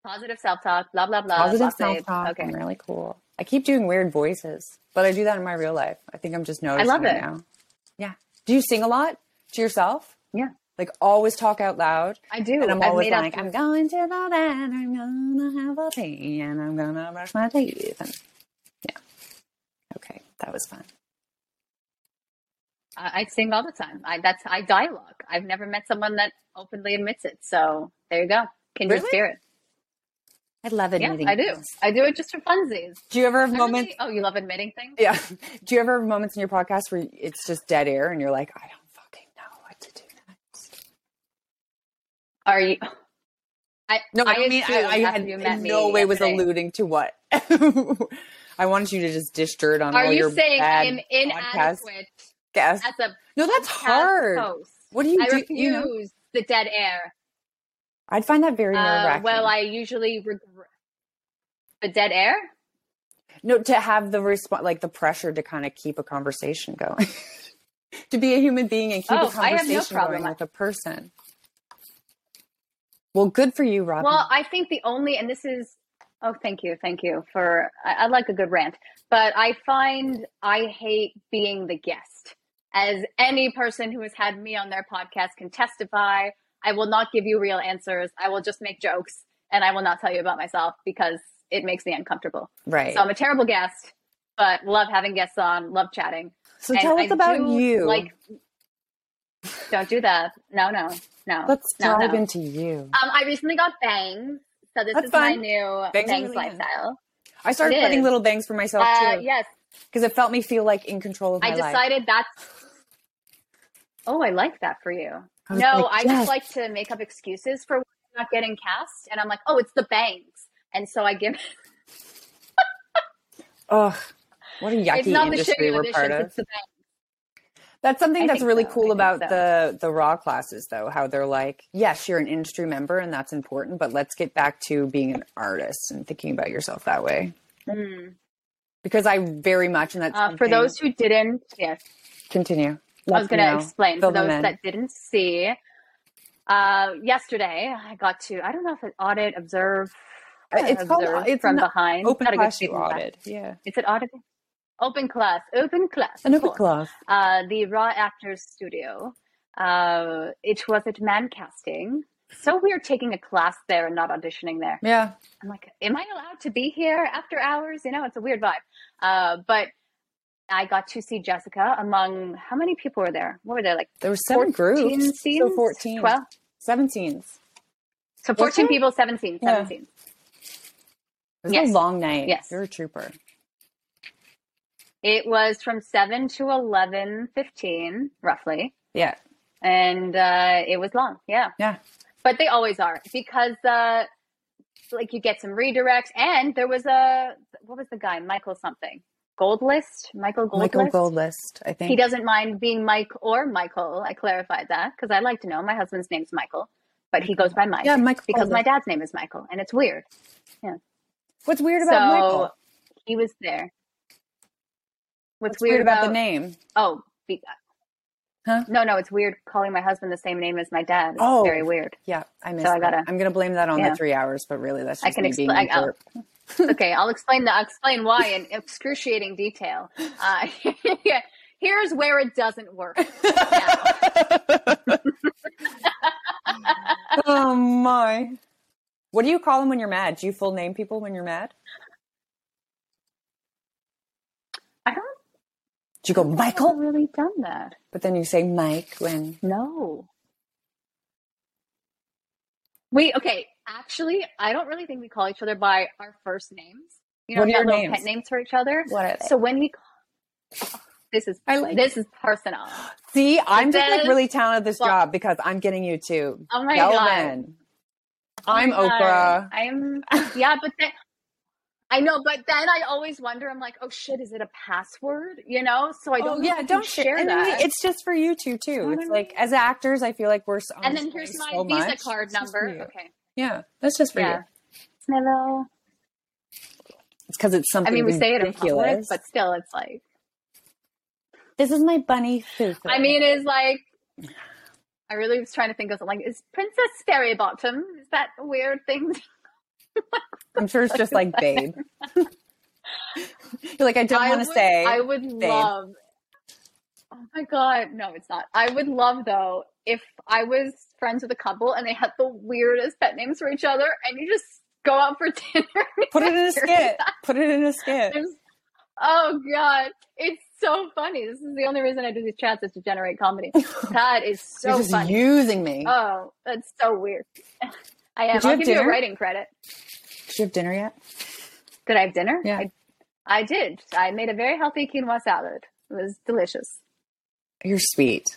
Positive self talk. Blah blah blah.
Positive
blah, babe.
self talk.
Okay.
I'm really cool. I keep doing weird voices, but I do that in my real life. I think I'm just noticing
love it.
now. Yeah. Do you sing a lot to yourself?
Yeah.
Like always talk out loud.
I do.
And I'm
I've
always
made
like,
up.
I'm going to the bed, I'm gonna have a pee, and I'm gonna brush my teeth. And yeah. Okay. That was fun.
I, I sing all the time. I that's I dialogue. I've never met someone that openly admits it. So there you go. Kindred
Really?
spirit.
I love
Yeah,
admitting.
I do.
things.
I do it just for funsies.
Do you ever have
I really-
moments?
oh, you love admitting things.
Yeah. Do you ever have moments in your podcast where it's just dead air and you're like, I don't fucking know what to do next?
Are you? I
No, I, don't mean, I,
assumed
I
after
had
you
in
met me
no way was
yesterday.
alluding to what. I wanted you to just dish dirt on
Are
all your
you saying
bad
I'm
podcast
inadequate
guests.
as a
No, that's
podcast
hard.
host?
What do you
I
do?
refuse
You know,
the dead air.
I'd find that very nerve
Uh,
wracking.
well, I usually regret the dead air.
no to have the response, like the pressure to kind of keep a conversation going, to be a human being and keep
Oh, I
a
have no
conversation
problem.
going with a person. Well, good for you, Robin.
Well, I think the only and this is oh, thank you, thank you for I, I like a good rant, but I find I hate being the guest. As any person who has had me on their podcast can testify, I will not give you real answers. I will just make jokes, and I will not tell you about myself because it makes me uncomfortable.
right.
So I'm a terrible guest, but love having guests on, love chatting.
So
And
tell
I
us about
do
you.
Like, don't do that. No, no, no.
Let's
no,
dive
no.
into you.
Um, I recently got bangs, so this
That's
is
fun.
my new
Bangs
bangs,
are really good.
lifestyle.
I started
it
putting
is.
little bangs for myself
Uh,
too
yes,
because it felt me feel like in control of my
I
life.
decided that's. Oh, I like that for you.
I was
no,
like,
I
yes.
just like to make up excuses for not getting cast, and I'm like, oh, it's the bangs, and so I give.
Ugh, what a yucky
it's not the
industry
shitty
we're part
auditions;
of.
it's the bangs.
That's something
I
that's
think
really
so, I
cool
think
about
so.
the the raw classes, though. How they're like, yes, you're an industry member, and that's important, but let's get back to being an artist and thinking about yourself that way.
Mm.
Because I very much, and that's
Uh, for
something-
those who didn't, yes,
continue.
I was
Let me
going to
know.
explain
Fill
for those
them in.
that didn't see. Uh, yesterday, I got to, I don't know if it audit, observe,
Uh, it's called-
observe
it's
from
an
behind.
open
Not a good
class you
statement, but-
audit. Yeah,
Is it audit? Open class, open class.
an
of
open
course.
class.
Uh, the Raw Actors Studio. Uh, it was at man casting. So weird taking a class there and not auditioning there.
Yeah,
I'm like, am I allowed to be here after hours? You know, it's a weird vibe. Uh, but I got to see Jessica among how many people were there? What were there? Like
there were seven
14
groups,
scenes?
so fourteen,
12?
seven scenes.
So 14
there?
people, 17,
Yeah.
17.
It was
Yes.
a long night.
Yes.
You're a trooper.
It was from 7 to eleven fifteen, roughly.
Yeah.
And uh, it was long. Yeah.
Yeah.
but they always are because uh like you get some redirects and there was a what was the guy michael something gold list michael gold
Michael
list
Gold List, I think.
he doesn't mind being mike or michael i clarified that because i like to know my husband's name's michael but he goes by mike
Yeah, Michael
because
Gold
my
List.
dad's name is michael and it's weird
What's weird about
so
Michael?
he was there what's,
What's weird, about, the name?
oh be-
Huh?
no no it's weird calling my husband the same name as my dad it's
Oh.
very weird
Yeah, I missed.
So I
that.
gotta-
I'm going to blame that on
Yeah.
the three hours, but really, that's
I
just
can
me
expl-
being
I-
a
I'll-
jerk.
okay, I'll explain the, I'll explain why in excruciating detail. Uh, here's where it doesn't work. Now,
oh my! What do you call him when you're mad? Do you full name people when you're mad?
I don't
Do you go
think I've
Michael,
really done that.
but then you say Mike when?
No. We okay. Actually, I don't really think we call each other by our first names. You know,
What
we got
are your
little pet
names?
names for each other.
What are they?
So when he oh, This is
I like
this is personal.
See, I'm just like
says-
really talented at this
Well-
job because I'm getting you too.
Oh my god.
Kelvin. I'm
Oh my God.
Oprah.
I'm yeah, but then I know, but then I always wonder. I'm like, oh shit, is it a password? You know, so I don't.
oh
know if
yeah,
I can
don't share, and
that.
It's just for you two too.
No, no,
it's
no.
like as actors, I feel like we're so.
and then here's my
so
Visa
much.
card
It's just for
number.
you.
Okay,
Yeah, that's just for
yeah.
you.
Hello.
It's because it's
I
something.
mean, we say it in public,
ridiculous.
but still, it's like.
this is my bunny. Fufu.
I mean, is like. I really was trying to think of something. Like, is Princess Fairy Bottom? Is that a weird thing?
I'm sure it's just like babe. You're like, I don't want to
would-
say.
I would love. Oh my god, no, it's not. I would love though if I was friends with a couple and they had the weirdest pet names for each other, and you just go out for dinner.
Put it in a
Here's
skit. Put it in a skit.
There's- oh god, it's so funny. This is the only reason I do these chats is to generate comedy. That is
You're
so
just
funny.
using me.
Oh, that's so weird. I am.
Did
I'll
you have
give you
dinner?
a writing credit.
Did you have dinner yet?
Did I have dinner?
Yeah.
I, I did. I made a very healthy quinoa salad. It was delicious.
You're sweet.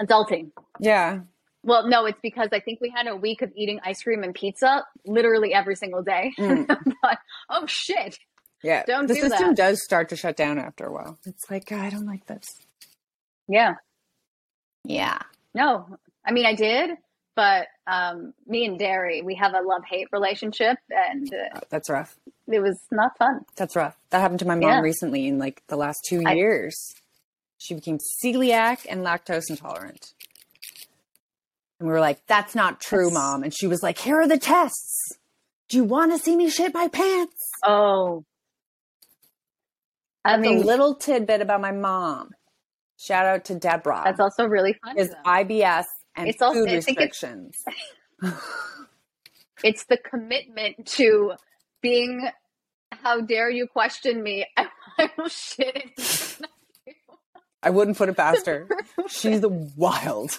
Adulting.
Yeah.
Well, no, it's because I think we had a week of eating ice cream and pizza literally every single day.
Mm.
But, oh shit.
Yeah.
Don't
the
do
system
that.
does start to shut down after a while. It's like, God, I don't like this.
Yeah.
Yeah.
No. I mean, I did, but um me and Derry, we have a love-hate relationship and uh,
Oh, That's rough.
it was not fun.
That's rough. That happened to my mom
Yeah.
recently in like the last two
I-
years. She became celiac and lactose intolerant. And we were like, that's not true,
That's-
mom. And she was like, here are the tests. Do you want to see me shit my pants?
Oh. I
I mean, a
mean,
little tidbit about my mom. Shout out to Deborah.
that's also really fun.
is
though.
IBS and
It's also-
food
I think it's-
restrictions.
It's the commitment to being how dare you question me? I, will shit in
I wouldn't put it past her. She's wild.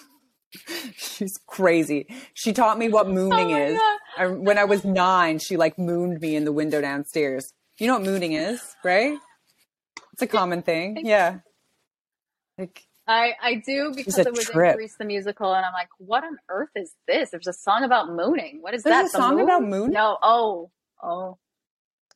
She's crazy. She taught me what mooning
Oh my
is.
God.
I, when I was nine, she like mooned me in the window downstairs. You know what mooning is, right? It's a common thing. Yeah. Like,
I, I do because
a
it was
trip.
in Grease the musical, and I'm like, what on earth is this? There's a song about mooning. What is
There's
that?
a
The
song
moon?
about mooning?
No, oh, oh.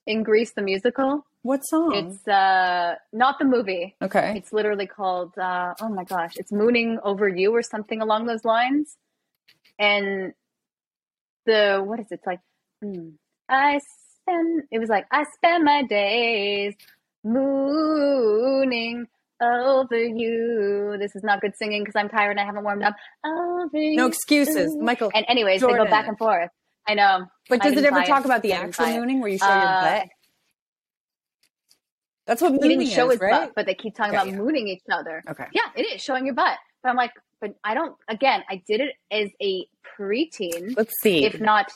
In Grease the musical,
what song?
it's uh not the movie.
okay.
It's literally called uh, oh my gosh, it's mooning over you or something along those lines. And the what is it It's like? hmm, I spend it was like I spend my days mooning over you. This is not good singing because I'm tired and I haven't warmed up. Over
no
you.
excuses. Michael.
And anyways, they
Jordan.
go back and forth. I know.
But does
I
it
didn't
ever
buy
talk
it.
about the
I didn't
actual
buy it.
mooning where you show
Uh,
your butt? That's what
I mean,
mooning
the show
is,
is,
right?
butt, but they keep talking
Okay,
about
yeah.
mooning each other.
okay.
Yeah, it is showing your butt. But I'm like, but I don't. Again, I did it as a preteen,
Let's see.
if not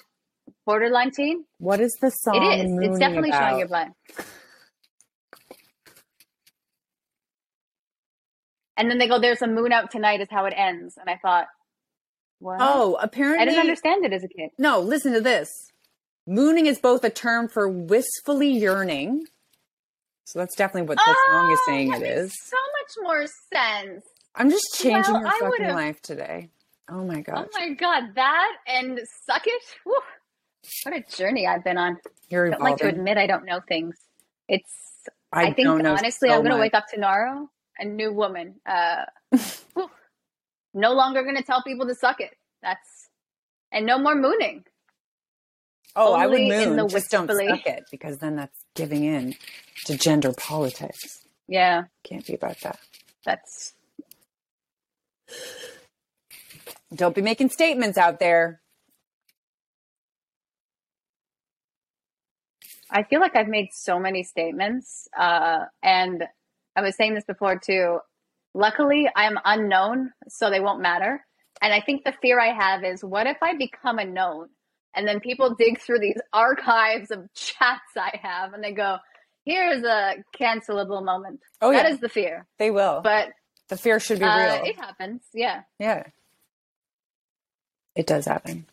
borderline teen.
what is the song?
It is. It's
mooning
definitely
about?
showing your butt. And then they go, "There's a moon out tonight," is how it ends. And I thought, what?
Oh,
I
apparently.
didn't understand it as a kid.
No, listen to this. Mooning is both a term for wistfully yearning. So that's definitely what the song is
Oh,
saying
that
it
makes
is.
So much more sense.
I'm just changing
Well,
your
I
fucking
would've-
life today. Oh my gosh.
Oh my god, that and suck it. Whew. What a journey I've been on.
You're
I don't like to
evolving.
admit I don't know things. It's
I,
I, think
don't know
honestly
so
I'm gonna
much.
wake up tomorrow a new woman. Uh whew. no longer gonna tell people to suck it. That's and no more mooning.
Oh, I would
only in
moon.
the
Just don't
wistfully.
suck it because then that's giving in to gender politics.
Yeah,
Can't be about that.
that's
Don't be making statements out there.
I feel like I've made so many statements. Uh and I was saying this before too. Luckily I'm unknown, so they won't matter. And I think the fear I have is what if I become a known? And then people dig through these archives of chats I have and they go, here's a cancelable moment.
Oh,
That
yeah.
is the fear.
They will.
But
the fear should be
uh,
real.
it happens. Yeah.
Yeah. It does happen.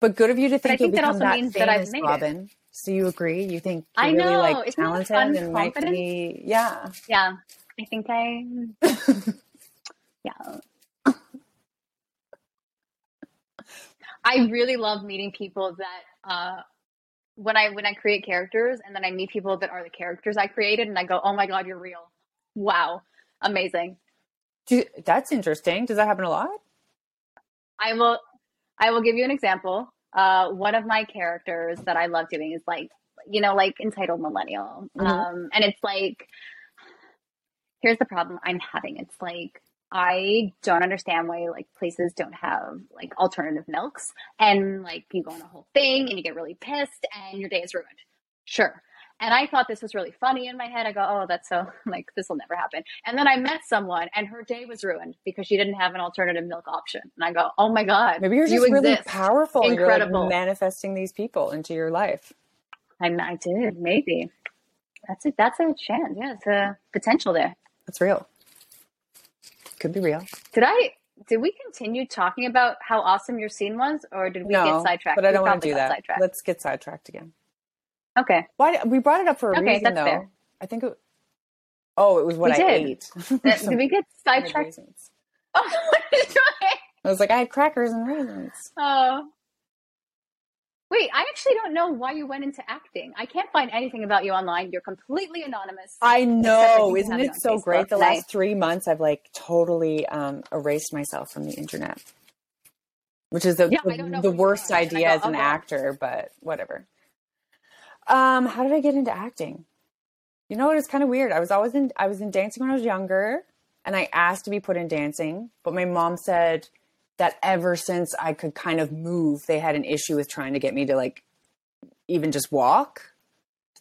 But good of you to
I
think,
think
you'll
that
become
also
that
means that I've
famous,
made it.
Robin. So you agree? You think you're
I
really
know.
like
Isn't that fun
talented and might
confidence?
be yeah.
Yeah, I think I. yeah. I really love meeting people that uh, when I when I create characters and then I meet people that are the characters I created and I go, oh my god, you're real. Wow, amazing.
Do, that's interesting. Does that happen a lot?
I will I will give you an example. Uh, one of my characters that I love doing is like you know like entitled millennial,
Mhm.
um, and it's like here's the problem I'm having. It's like I don't understand why like places don't have like alternative milks, and like you go on a whole thing and you get really pissed and your day is ruined. Sure. And I thought this was really funny in my head. I go, oh, that's so, like, this will never happen. And then I met someone and her day was ruined because she didn't have an alternative milk option. And I go, oh my God.
Maybe you're
you
just really
exist.
powerful. and You're
Incredible.
like manifesting these people into your life.
I'm, I did, maybe. That's a, that's a chance. Yeah, it's a potential there.
That's real. Could be real.
Did I, did we continue talking about how awesome your scene was or did we
no,
get sidetracked?
but I
We
don't want to
probably
do
got
that.
sidetracked.
Let's get sidetracked again.
Okay.
Why we brought it up for a
Okay, that's
reason though.
fair.
I think it, oh, it was what
We
I
did.
ate.
That-
Some
did we get
weird
sidetracked?
reasons.
Oh, what are you doing?
I was like, I had crackers and raisins.
Oh. Wait, I actually don't know why you went into acting. I can't find anything about you online. You're completely anonymous.
I
know.
know,
you can
isn't
have it
it
on
so
Facebook,
great? The
right?
last three months, I've like totally um, erased myself from the internet, which is the
Yeah, I don't know
the, the
who you
worst
are, and I
idea
go,
as an
"Oh, God."
actor, but whatever. Um, how did I get into acting? You know, it's kind of weird. I was always in I was in dancing when I was younger, and I asked to be put in dancing, but my mom said that ever since I could kind of move, they had an issue with trying to get me to like even just walk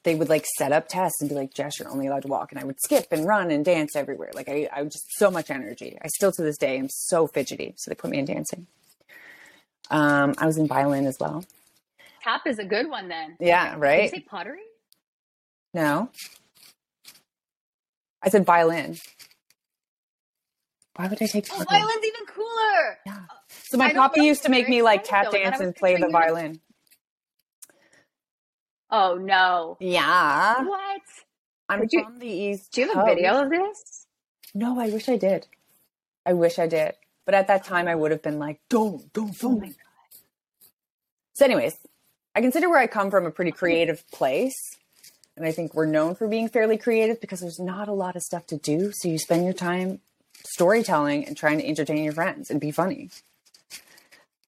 they would like set up tests and be like, Jess, you're only allowed to walk. And I would skip and run and dance everywhere. Like I, I was just so much energy. I still to this day am so fidgety. So they put me in dancing. Um, I was in violin as well.
Tap is a good one then. Did
Yeah,
you say
right?
pottery?
No. I said violin. Why would I take
Oh,
violin?
violin's even cooler.
Yeah. So my
I don't
papa
know
used to make me like
Very
tap
excited, though, and I
dance
was
and play the
picturing you-
violin.
Oh no.
Yeah.
What?
I'm
Would you-
from the East.
Do you have a
Coast.
video of this?
No, I wish I did. I wish I did. But at that time, I would have been like, don't, don't, film me. So, anyways, I consider where I come from a pretty creative place. And I think we're known for being fairly creative because there's not a lot of stuff to do. So, you spend your time storytelling and trying to entertain your friends and be funny.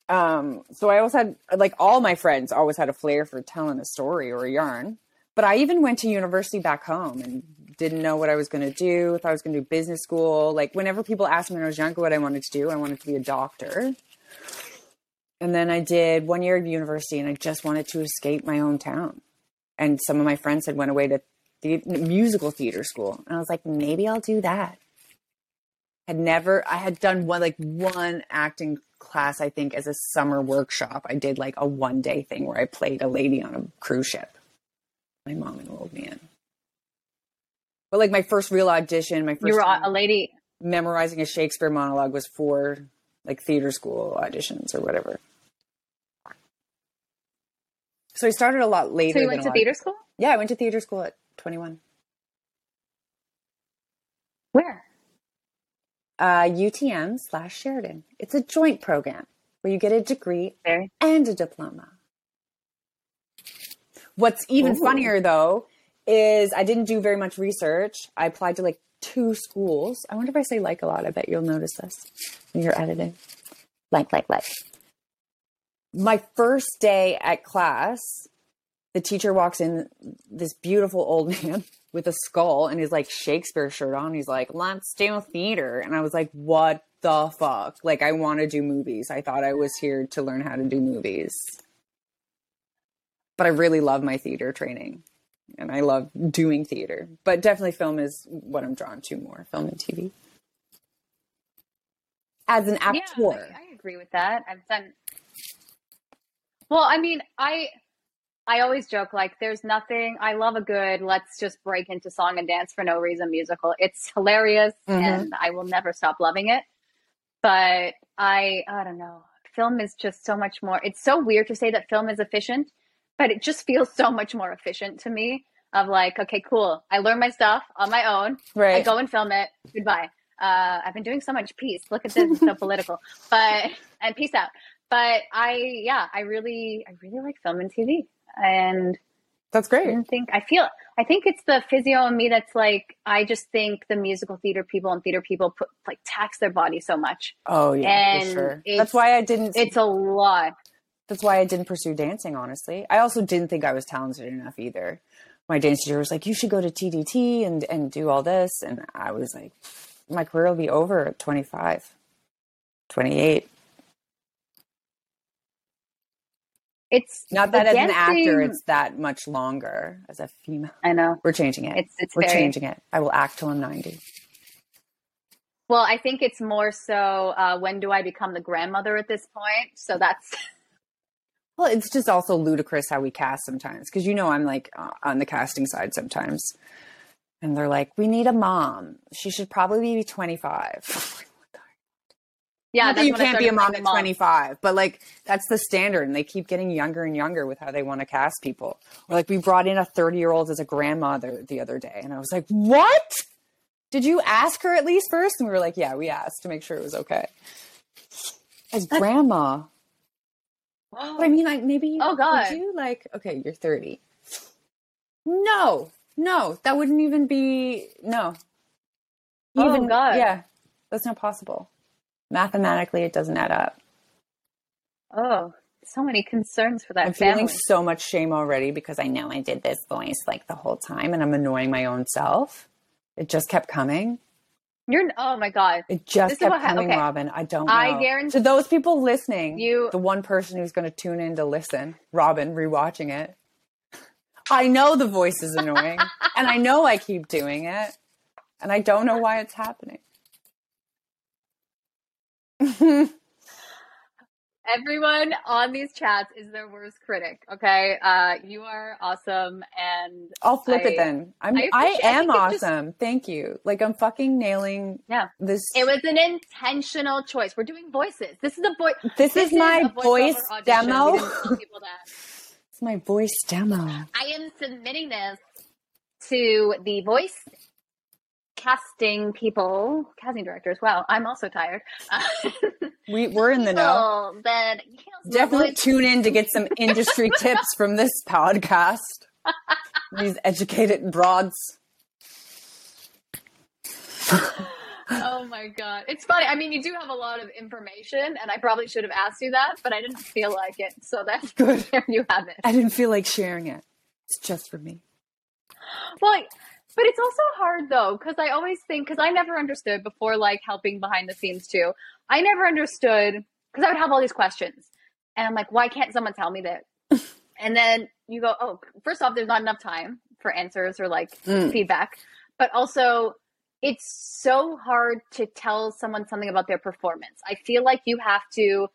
Um, so, I always had, like, all my friends always had a flair for telling a story or a yarn. But I even went to university back home and didn't know what I was going to do, if I was going to do business school. Like, whenever people asked me when I was younger what I wanted to do, I wanted to be a doctor. And then I did one year of university and I just wanted to escape my hometown. And some of my friends had went away to the musical theater school. And I was like, maybe I'll do that. Had never, I had done one, like one acting class, I think, as a summer workshop. I did like a one day thing where I played a lady on a cruise ship. My mom enrolled me in. But like my first real audition, my first
you were
time-
a lady.
memorizing a Shakespeare monologue was for like theater school auditions or whatever. So I started a lot later.
So you
than
went
a
to
lot-
theater school?
Yeah, I went to theater school at 21.
Where?
Uh, UTM slash Sheridan. It's a joint program where you get a degree
Very.
and a diploma. What's even
Ooh.
funnier though is I didn't do very much research. I applied to like two schools. I wonder if I say like a lot. I bet you'll notice this when you're editing. Like, like, like. My first day at class, the teacher walks in, this beautiful old man with a skull and his like Shakespeare shirt on. He's like, let's do theater. And I was like, what the fuck? Like, I want to do movies. I thought I was here to learn how to do movies. But I really love my theater training and I love doing theater. But definitely, film is what I'm drawn to more film and TV. As an actor,
Yeah, I, I agree with that. I've done. Well, I mean, I I always joke like there's nothing. I love a good let's just break into song and dance for no reason musical. It's hilarious,
Mhm.
and I will never stop loving it. But I I don't know. Film is just so much more. It's so weird to say that film is efficient but it just feels so much more efficient to me of like, okay, cool. I learn my stuff on my own. I
Right.
go and film it. Goodbye. Uh, I've been doing so much peace. Look at this, it's so political. But and peace out. But I, yeah, I really, I really like film and TV, and
That's great.
I think I feel. I think it's the physio in me that's like. I just think the musical theater people and theater people put like tax their body so much.
Oh yeah,
And
for sure.
it's-
That's why I didn't.
It's a lot.
that's why I didn't pursue dancing. Honestly, I also didn't think I was talented enough either. My dance teacher was like, "You should go to TDT and and do all this," and I was like, "My career will be over at 25, 28.
It's
Not that
the
as an actor,
dancing-
it's that much longer as a female.
I know.
We're changing it.
It's- it's
We're
very-
changing it. I will act till I'm ninety.
Well, I think it's more so uh, when do I become the grandmother at this point? So that's
Well, it's just also ludicrous how we cast sometimes because you know I'm like uh, on the casting side sometimes, and they're like, "We need a mom. She should probably be 25."
yeah.
Not that
that's
you
when I
can't be
started
a mom
becoming
at 25, but like that's the standard, and they keep getting younger and younger with how they want to cast people. Or like we brought in a 30 year old as a grandmother the other day, and I was like, "What? Did you ask her at least first? And we were like, "Yeah, we asked to make sure it was okay." As grandma, but I mean, like maybe.
Oh, God.
Would you like? Okay, you're 30. No, no, that wouldn't even be no.
Oh, God.
Yeah, that's not possible. Mathematically, it doesn't add up.
Oh, so many concerns for that
I'm
family.
feeling so much shame already because I know I did this voice like the whole time, and I'm annoying my own self. It just kept coming.
You're oh my god.
It
This
just
is
kept
what hap-
coming,
okay.
Robin. I don't.
I
know.
guarantee-
to those people listening,
You-
the one person who's going to tune in to listen, Robin, rewatching it. I know the voice is annoying, and I know I keep doing it, and I don't know why it's happening.
Everyone on these chats is their worst critic. Okay, uh, you are awesome, and
I'll flip
I-
it then. I'm.
I
I,
appreciate- I
am
think it just-
awesome. Thank you. Like I'm fucking nailing
yeah,
this.
it was an intentional choice. We're doing voices. This is a voice.
this, is
a
my
voiceover
voice
audition.
demo.
We didn't tell people that.
it's my voice demo.
I am submitting this to the voice casting people, casting directors. Wow, I'm also tired. Uh,
We we're in the know.
people that cast my
Definitely
voice.
tune in to get some industry tips from this podcast. These educated broads.
Oh my god, it's funny. I mean, you do have a lot of information, and I probably should have asked you that, but I didn't feel like it. So that's good. There you have it.
I didn't feel like sharing it. It's just for me.
Well, but it's also hard though, because I always think because I never understood before, like helping behind the scenes too. I never understood because I would have all these questions, and I'm like, why can't someone tell me that? and then you go, oh, first off, there's not enough time for answers or like
Mm.
feedback, but also it's so hard to tell someone something about their performance. I feel like you have to.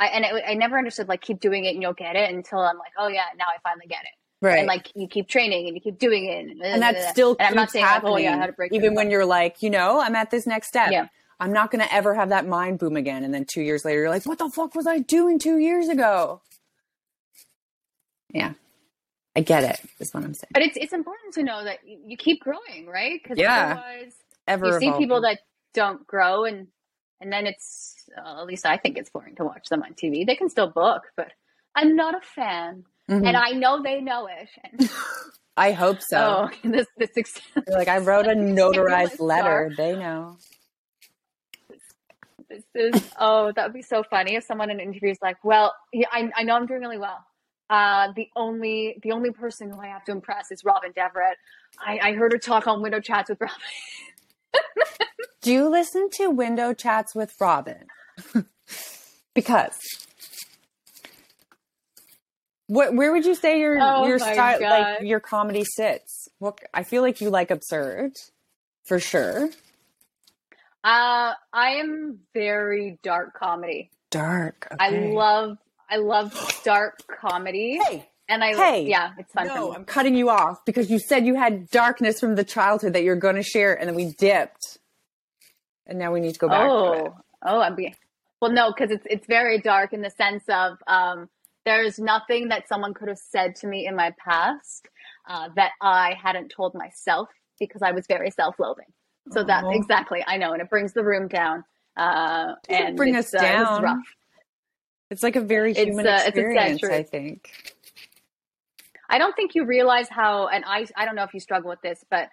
I, and it, I never understood like keep doing it and you'll get it until I'm like oh yeah now I finally get it
Right.
and like you keep training and you keep doing it and, uh,
and that still
and
keeps
i'm not saying like,
happening,
oh yeah how to break
even
through.
when you're like, you know, I'm at this next step.
Yeah.
I'm not going to ever have that mind boom again. And then two years later, you're like, what the fuck was I doing two years ago? Yeah. I get it, is what I'm saying.
but it's it's important to know that you, you keep growing right because
Yeah.
otherwise
Ever
you see people
evolving.
that don't grow and and then it's uh, at least i think it's boring to watch them on tv they can still book but i'm not a fan
Mhm.
and i know they know it and,
I hope so.
oh this this ex-
You're like, I wrote a notarized
star.
letter. They know.
this is oh that would be so funny if someone in an interview is like well yeah, I, I know i'm doing really well uh, the only the only person who i have to impress is robin deverett i, I heard her talk on window chats with robin
Do you listen to Window Chats with Robin? because what, where would you say your
Oh
your
my
style, like
God.
your comedy sits? What I feel like you like absurd, for sure.
uh, i am very dark comedy
Dark.
i
okay.
love i love dark comedy
Hey,
and i
hey.
yeah it's fun
no,
for me.
I'm cutting you off because you said you had darkness from the childhood that you're going to share, and then we dipped, and now we need to go back. to it.
oh oh i'm being well no because it's it's very dark in the sense of um There's nothing that someone could have said to me in my past uh, that I hadn't told myself because I was very self-loathing. So that
Oh.
exactly, I know, and it brings the room down. Uh,
Doesn't
and
bring
it's,
us
uh, it's
down.
rough.
It's like a very
It's,
human
uh, it's a sad
experience,
truth.
I think.
I don't think you realize how, and I, I don't know if you struggle with this, but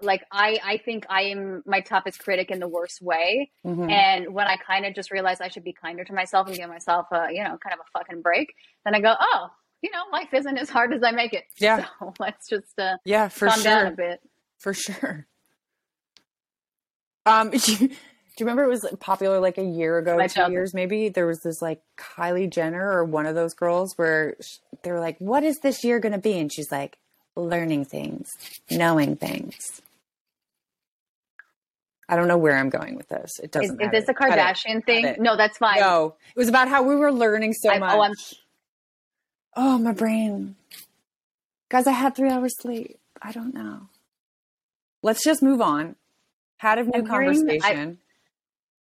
like I, I think I am my toughest critic in the worst way.
Mhm.
And when I kind of just realize I should be kinder to myself and give myself a, you know, kind of a fucking break, then I go, oh, you know, life isn't as hard as I make it.
Yeah.
So let's just uh,
Yeah, for
calm
sure.
down a bit.
for sure. Um, do you, do you remember it was like, popular like a year ago,
My
two
childhood.
years maybe? There was this like Kylie Jenner or one of those girls where sh they were like, "What is this year going to be?" And she's like, "Learning things, knowing things." I don't know where I'm going with this. It
Is,
doesn't.
is
matter.
this a
Cut it.
Kardashian
Cut
thing?
it.
No, that's fine.
No, it was about how we were learning so
I'm,
much.
oh, I'm,
Oh, my brain. Guys, I had three hours sleep. I don't know. Let's just move on. Had a new
I'm hearing- I-
conversation.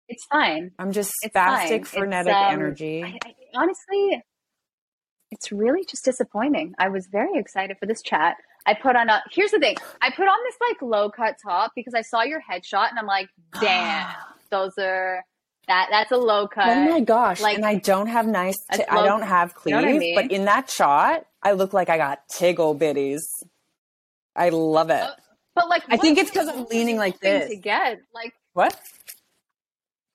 it's fine.
I, am just
It's fine.
spastic,
It's,
frenetic
um,
energy.
I, I, honestly, it's really just disappointing. I was very excited for this chat. I put on a. Here's the thing. I put on this like low cut top because I saw your headshot and I'm like, damn, those are that. That's a low cut.
oh my gosh.
uh, like,
and I don't have nice,
I
t- I
love-
don't have
you
cleave,
know what I mean?
but in that shot, I look like I got tiggle bitties. I love it.
Oh. But like,
I think
what
it's 'cause I'm
was
leaning
the
like
thing
this.
to get like.
What?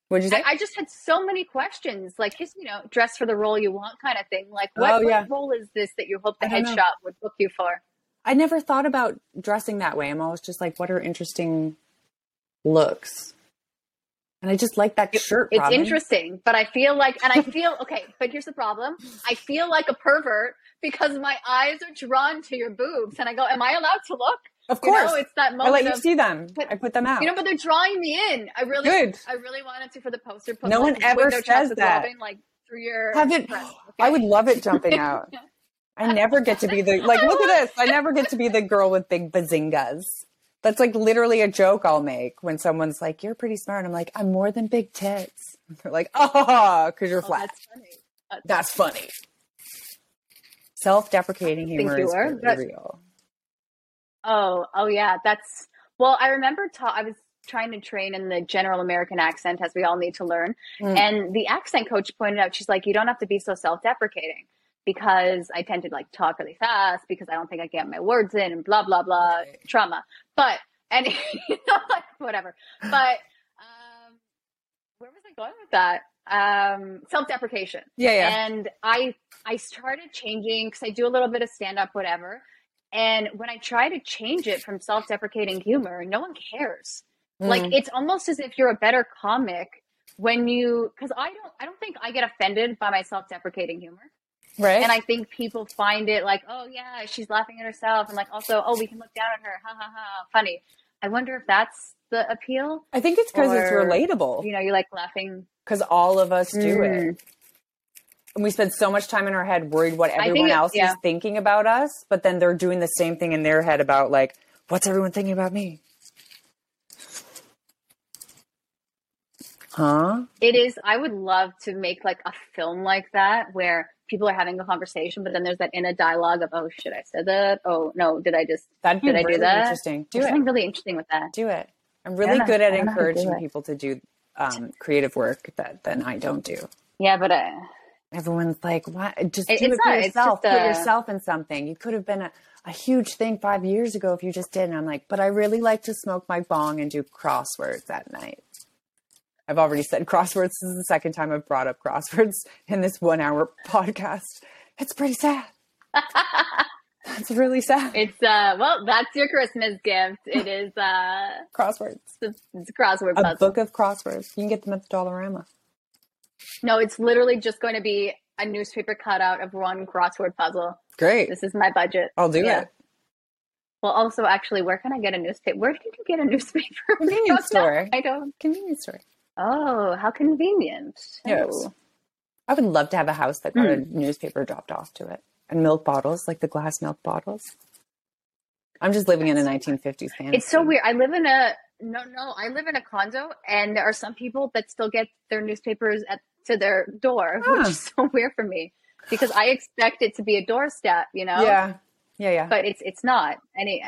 What'd you say?
I, I just had so many questions, like just you know, dress for the role you want, kind of thing. Like, what,
Oh,
what
yeah.
role is this that you hope the
I don't know.
headshot would book you for?
I never thought about dressing that way. I'm always just like, what are interesting looks? And I just like that shirt.
It's
Robin.
interesting, but I feel like, and I feel okay. But here's the problem: I feel like a pervert because my eyes are drawn to your boobs, and I go, "Am I allowed to look?"
Of
You know,
course,
it's that
I
moment
let you
of-
see them.
but-
I put them out.
you know, but they're drawing me in. I really,
Good.
I really wanted to for the poster. Put
No
like,
one ever
window
says
dresses
that.
Robin, like through your
Have it.
breast,
I
okay?
would love it jumping out. I never get to be the like. Look at this. I never get to be the girl with big bazingas. That's like literally a joke I'll make when someone's like, "You're pretty smart." I'm like, "I'm more than big tits." They're like, "Oh, because you're
Oh,
flat."
that's funny. That's-
That's funny. Self-deprecating humor
you
is
are,
really
but-
real.
Oh, oh yeah, that's well, I remember ta- I was trying to train in the general American accent as we all need to learn.
Mm.
And the accent coach pointed out she's like you don't have to be so self-deprecating because I tend to like talk really fast because I don't think I get my words in and blah blah blah
Right.
trauma. But and you know, like, whatever. But um where was I going with that? Um self-deprecation.
Yeah, yeah.
And I I started changing cuz I do a little bit of stand up whatever. And when I try to change it from self deprecating humor, no one cares. Like it's almost as if you're a better comic when you because I don't I don't think I get offended by my self deprecating humor.
right?
And I think people find it like, oh yeah, she's laughing at herself and like also, oh we can look down at her. Ha ha ha funny. I wonder if that's the appeal.
I think it's because it's
Or-
relatable
You know, you like laughing.
because all of us do
Mm.
it. And we spend so much time in our head worried what
think
everyone
it-
else
yeah.
is thinking about us, but then they're doing the same thing in their head about, like, what's everyone thinking about me? Huh?
It is. I would love to make like a film like that where people are having a conversation, but then there's that inner dialogue of, oh shit, I said that. Oh no, did I just?
That'd be
Did I do
really
that?
interesting. Do
There's
it.
something really interesting with that.
Do it. I'm really
Yeah,
good at
I don't know how to do
encouraging
it.
people to do um, creative work that then I don't do.
Yeah, but uh,
everyone's like, "Why? Just
It-
do
it's
it for
not- it's
yourself.
just
Put
a-
yourself in something. You could have been a, a huge thing five years ago if you just did." And I'm like, "But I really like to smoke my bong and do crosswords at night." I've already said crosswords. This is the second time I've brought up crosswords in this one-hour podcast. It's pretty sad. That's really sad.
it's uh, well, that's your Christmas gift. It is uh,
Crosswords.
it's, it's a crossword
A
puzzle.
book of crosswords. You can get them at the Dollarama.
No, it's literally just going to be a newspaper cutout of one crossword puzzle.
Great.
This is my budget.
I'll do
Yeah.
it.
Well, also, actually, where can I get a newspaper? Where can you get a newspaper?
Convenience
I don't know.
store.
I don't.
Convenience store.
Oh, how convenient.
Yes.
Oh.
I would love to have a house that got
Mm.
a newspaper dropped off to it and milk bottles, like the glass milk bottles. I'm just living in a 1950s fantasy.
It's so weird. I live in a no, no. I live in a condo, and there are some people that still get their newspapers at to their door,
Huh.
which is so weird for me. because I expect it to be a doorstep, you know.
Yeah. Yeah. Yeah.
But it's it's not. Any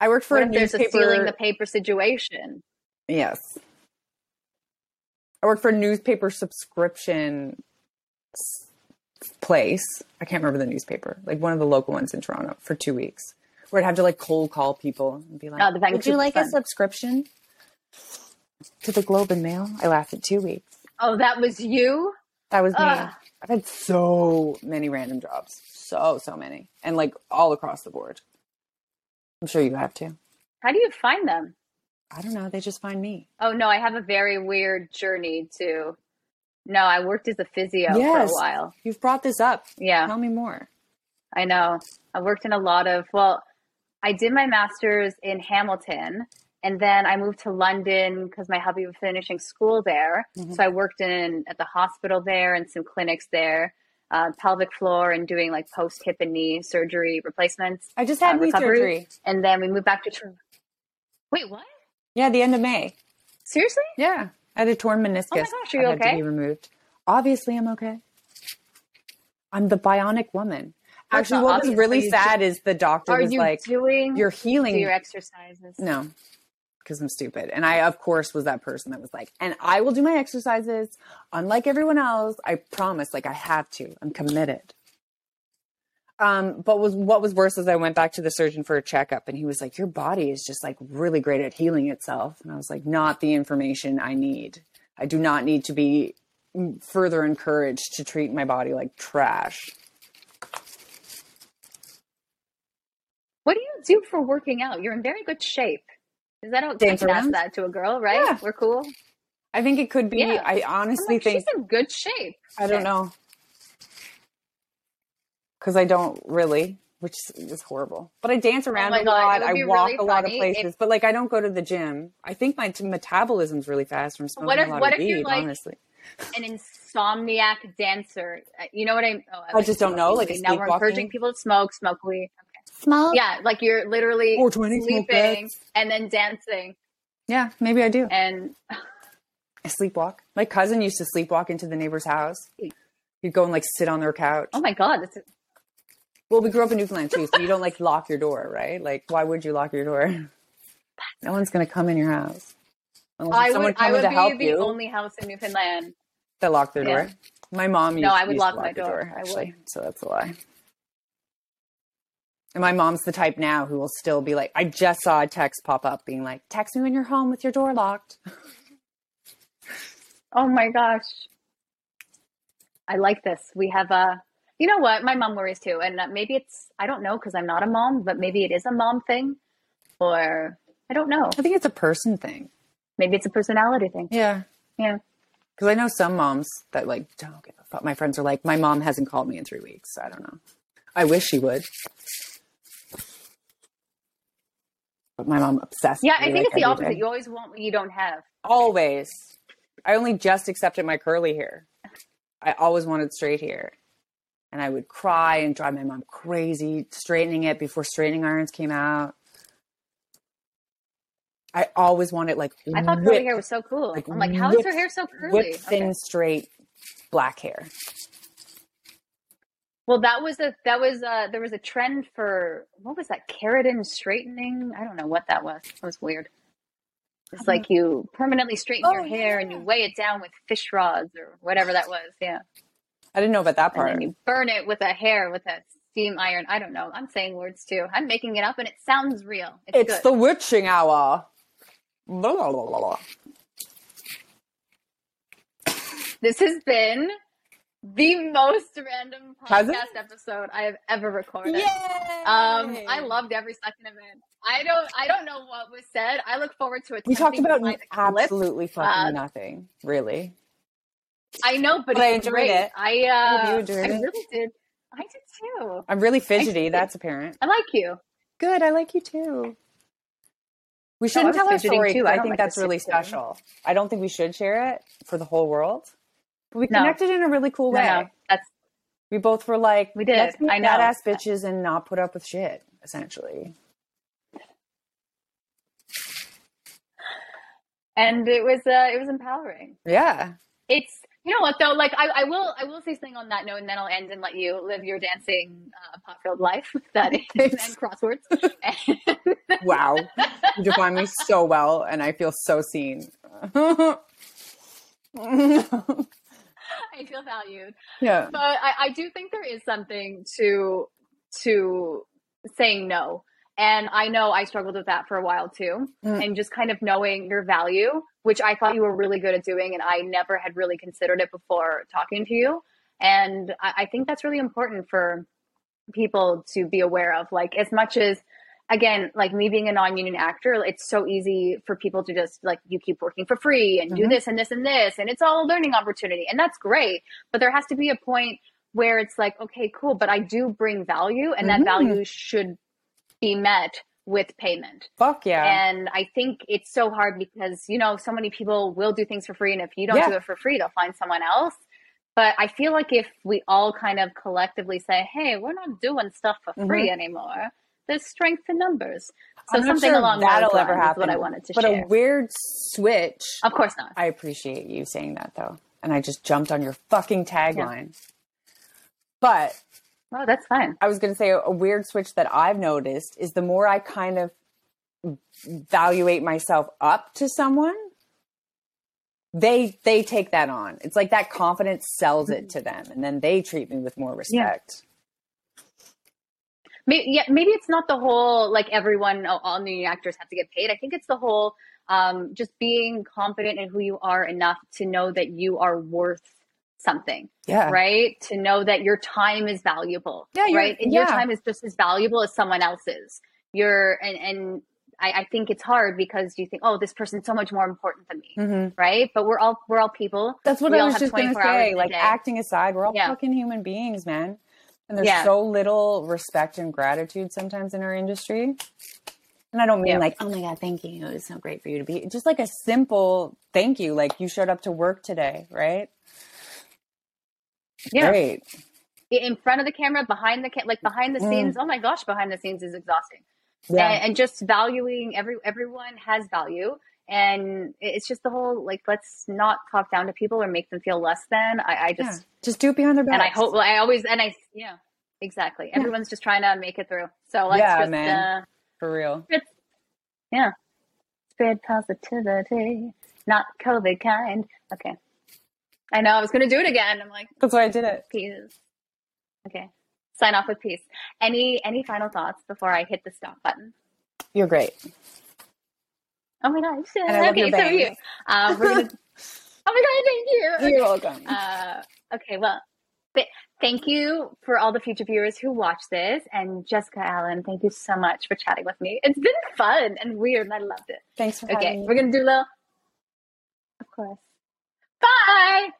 I worked for
what
a
if there's a
newspaper.
stealing the paper situation?
Yes. I worked for a newspaper subscription s- place. I can't remember the newspaper, like one of the local ones in Toronto for two weeks, where I'd have to like cold call people and be like,
Oh, the Vancouver
Would you like a
Sun.
subscription to the Globe and Mail? I lasted two weeks.
Oh, that was you.
That was me.
Ugh.
I've had so many random jobs. So, so many. And like all across the board. I'm sure you have too.
How do you find them?
I don't know. They just find me.
Oh no, I have a very weird journey to. No, I worked as a physio
Yes.
for
Oh,
a while.
You've brought this up.
Yeah.
Tell me more.
I know. I worked in a lot of, well, I did my master's in Hamilton and then I moved to London because my hubby was finishing school there.
Mm-hmm.
So I worked in at the hospital there and some clinics there, uh, pelvic floor and doing like post hip and knee surgery replacements.
I just had
uh,
knee
recovery.
surgery.
And then we moved back to Toronto. Wait, what?
Yeah, the end of May.
Seriously?
Yeah. I had a torn meniscus.
Oh my gosh, are
that
you
had
okay?
to be removed. Obviously, I'm okay. I'm the bionic woman.
That's
Actually,
not
what was
obvious. Are
really
you
sad is the doctor
Are
was
you
like,
doing
"You're
do
healing."
your exercises?
no, because I'm stupid, and I, of course, was that person that was like, "And I will do my exercises, unlike everyone else. I promise. Like I have to. I'm committed." Um, but was what was worse is I went back to the surgeon for a checkup, and he was like, "Your body is just like really great at healing itself," and I was like, "Not the information I need. I do not need to be mm, further encouraged to treat my body like trash."
What do you do for working out? You're in very good shape. Is that okay? I
Dance
can ask
around?
that to a girl, right?
Yeah.
We're cool.
I think it could be.
Yeah.
I
I'm
honestly
like,
think
she's in good shape.
I don't know. Because I don't really, which is horrible. But I dance around
Oh my
a
God, it
lot.
would
I
be
walk
really
a lot of
funny if-
places, but like I don't go to the gym. I think my t- metabolism's really fast from smoking
What if-
a lot
what
of
if
weed.
you're, like-
honestly,
An insomniac dancer. Uh, You know what I? mean? Oh,
I just don't know,
smoking
like a
weed. now we're
sleepwalking?
encouraging people to smoke, smoke weed.
small. Yeah,
Yeah, like you're literally
420, smoke
sleeping and then dancing
yeah, maybe I do.
and Eh.
I sleepwalk. My cousin used to sleepwalk into the neighbor's house. You'd go and like sit on their couch.
oh my god, this is,
Well, we grew up in Newfoundland too, so you don't like lock your door, right? Like, why would you lock your door? No one's gonna come in your house unless
I
someone
would I
coming
would
to help
be the
you.
only house in Newfoundland.
that locked their
Yeah.
door. My mom used,
No, I would
used
lock
to
my
the
door. I
actually, so that's a lie. And my mom's the type now who will still be like, I just saw a text pop up being like, text me when you're home with your door locked.
Oh my gosh. I like this. We have a, you know what? My mom worries too. And uh, maybe it's, I don't know because I'm not a mom, but maybe it is a mom thing or I don't know.
I think it's a person thing.
Maybe it's a personality thing.
Yeah.
Yeah.
Because I know some moms that like don't give a fuck. My friends are like, my mom hasn't called me in three weeks. I don't know. I wish she would. But my mom obsessed.
Yeah,
with me,
I think
like,
it's the
every
opposite.
day.
You always want what you don't have.
always. I only just accepted my curly hair. I always wanted straight hair. And I would cry and drive my mom crazy straightening it before straightening irons came out. I always wanted like
I thought curly
whip,
hair was so cool.
like,
I'm like, how is her
whipped-
hair so
whip
curly?
thin
Okay.
straight black hair.
Well, that was a that was uh there was a trend for what was that keratin straightening? I don't know what that was. It was weird. It's like you permanently straighten your
Oh,
hair and you
yeah.
weigh it down with fish rods or whatever that was. Yeah,
I didn't know about that
and
part.
then you burn it with a hair with a steam iron. I don't know. I'm saying words too. I'm making it up, and it sounds real. It's,
It's
good.
the witching hour. La, la, la, la, la.
this has been the most random
Has it?
podcast episode I have ever recorded.
Yay!
Um, I loved every second of it. I don't, I don't know what was said. I look forward to it.
We talked about
clip.
absolutely fucking
Uh,
nothing, really.
I know, but,
but I
it's
enjoyed
great.
it.
I,
hope
uh,
you enjoyed
I
it.
really did. I did too.
I'm really fidgety.
did.
That's apparent.
I like you.
Good. I like you too. We
I
shouldn't
was
tell our
fidgeting
story
too.
'cause
I
I,
don't
think
like
that's
this
really
story.
special. I don't think we should share it for the whole world. But we
No.
connected in a really cool
No,
way.
no, that's
We both were like,
We did.
Let's be
I know.
badass bitches and not put up with shit. Essentially,
and it was, uh, it was empowering.
yeah.
It's You know what though? Like I, I will I will say something on that note and then I'll end and let you live your dancing uh, pot filled life that is
Thanks.
and crosswords. And-
Wow. You define me so well, and I feel so seen. yeah.
I feel valued. But I, I do think there is something to to saying no. And I know I struggled with that for a while too.
Mm.
And just kind of knowing your value, which I thought you were really good at doing and I never had really considered it before talking to you. And I, I think that's really important for people to be aware of. Like as much as again, like me being a non-union actor, it's so easy for people to just like you keep working for free and do
Mhm.
this and this and this and it's all a learning opportunity. And that's great. But there has to be a point where it's like, okay, cool, but I do bring value and that
Mhm.
value should be met with payment.
Fuck yeah.
And I think it's so hard because, you know, so many people will do things for free. And if you don't
Yeah.
do it for free, they'll find someone else. But I feel like if we all kind of collectively say, hey, we're not doing stuff for
Mhm.
free anymore, there's strength in numbers. So
I'm not
something
sure
along
that'll
those lines
ever
is what I
happen,
wanted to
But
share.
a weird switch.
of course not.
I appreciate you saying that though. And I just jumped on your fucking tagline. But
Oh, that's fine.
I was going to say a weird switch that I've noticed is the more I kind of evaluate myself up to someone, they they take that on. It's like that confidence sells it to them, and then they treat me with more respect.
Maybe, yeah, maybe it's not the whole like everyone, all- all new actors have to get paid. I think it's the whole um, just being confident in who you are enough to know that you are worth something.
Yeah,
right? To know that your time is valuable,
Yeah, you're-
right? And your
yeah.
time is just as valuable as someone else's. You're, and, and I, I think it's hard because you think, oh, this person's so much more important than me,
Mhm.
right? But we're all we're all people.
that's what
We
I
all
was
have
just going to
24 hours
say.
in a
Like
day.
acting aside, we're all
Yeah.
fucking human beings, man. And there's
Yeah.
so little respect and gratitude sometimes in our industry. And I don't mean
Yeah.
like, oh my God, thank you. It was so great for you to be. Just like a simple thank you. Like you showed up to work today, right?
Yeah,
Great.
in front of the camera, behind the camera, like behind the
Mm.
scenes. Oh my gosh, behind the scenes is exhausting.
Yeah.
and, and just valuing every everyone has value and it's just the whole like let's not talk down to people or make them feel less than i, I
Yeah.
just
Just do it behind their back.
and I hope well, I always and I yeah exactly
Yeah.
everyone's just trying to make it through so let's
Yeah,
just
man.
uh,
for real.
it's, yeah spread positivity not COVID kind okay I know I was gonna do it again I'm like
That's why I did it.
peace okay sign off with peace any any final thoughts before I hit the stop button
You're great.
oh my god shit.
I love
okay
your
so are
bangs.
you uh, we're gonna oh my god thank you
You're welcome.
uh, okay, well, th- thank you for all the future viewers who watch this. And Jessica Allen, thank you so much for chatting with me. It's been fun and weird, and I loved it.
Thanks for
Okay,
having me.
we're going to do a little. Of course. Bye!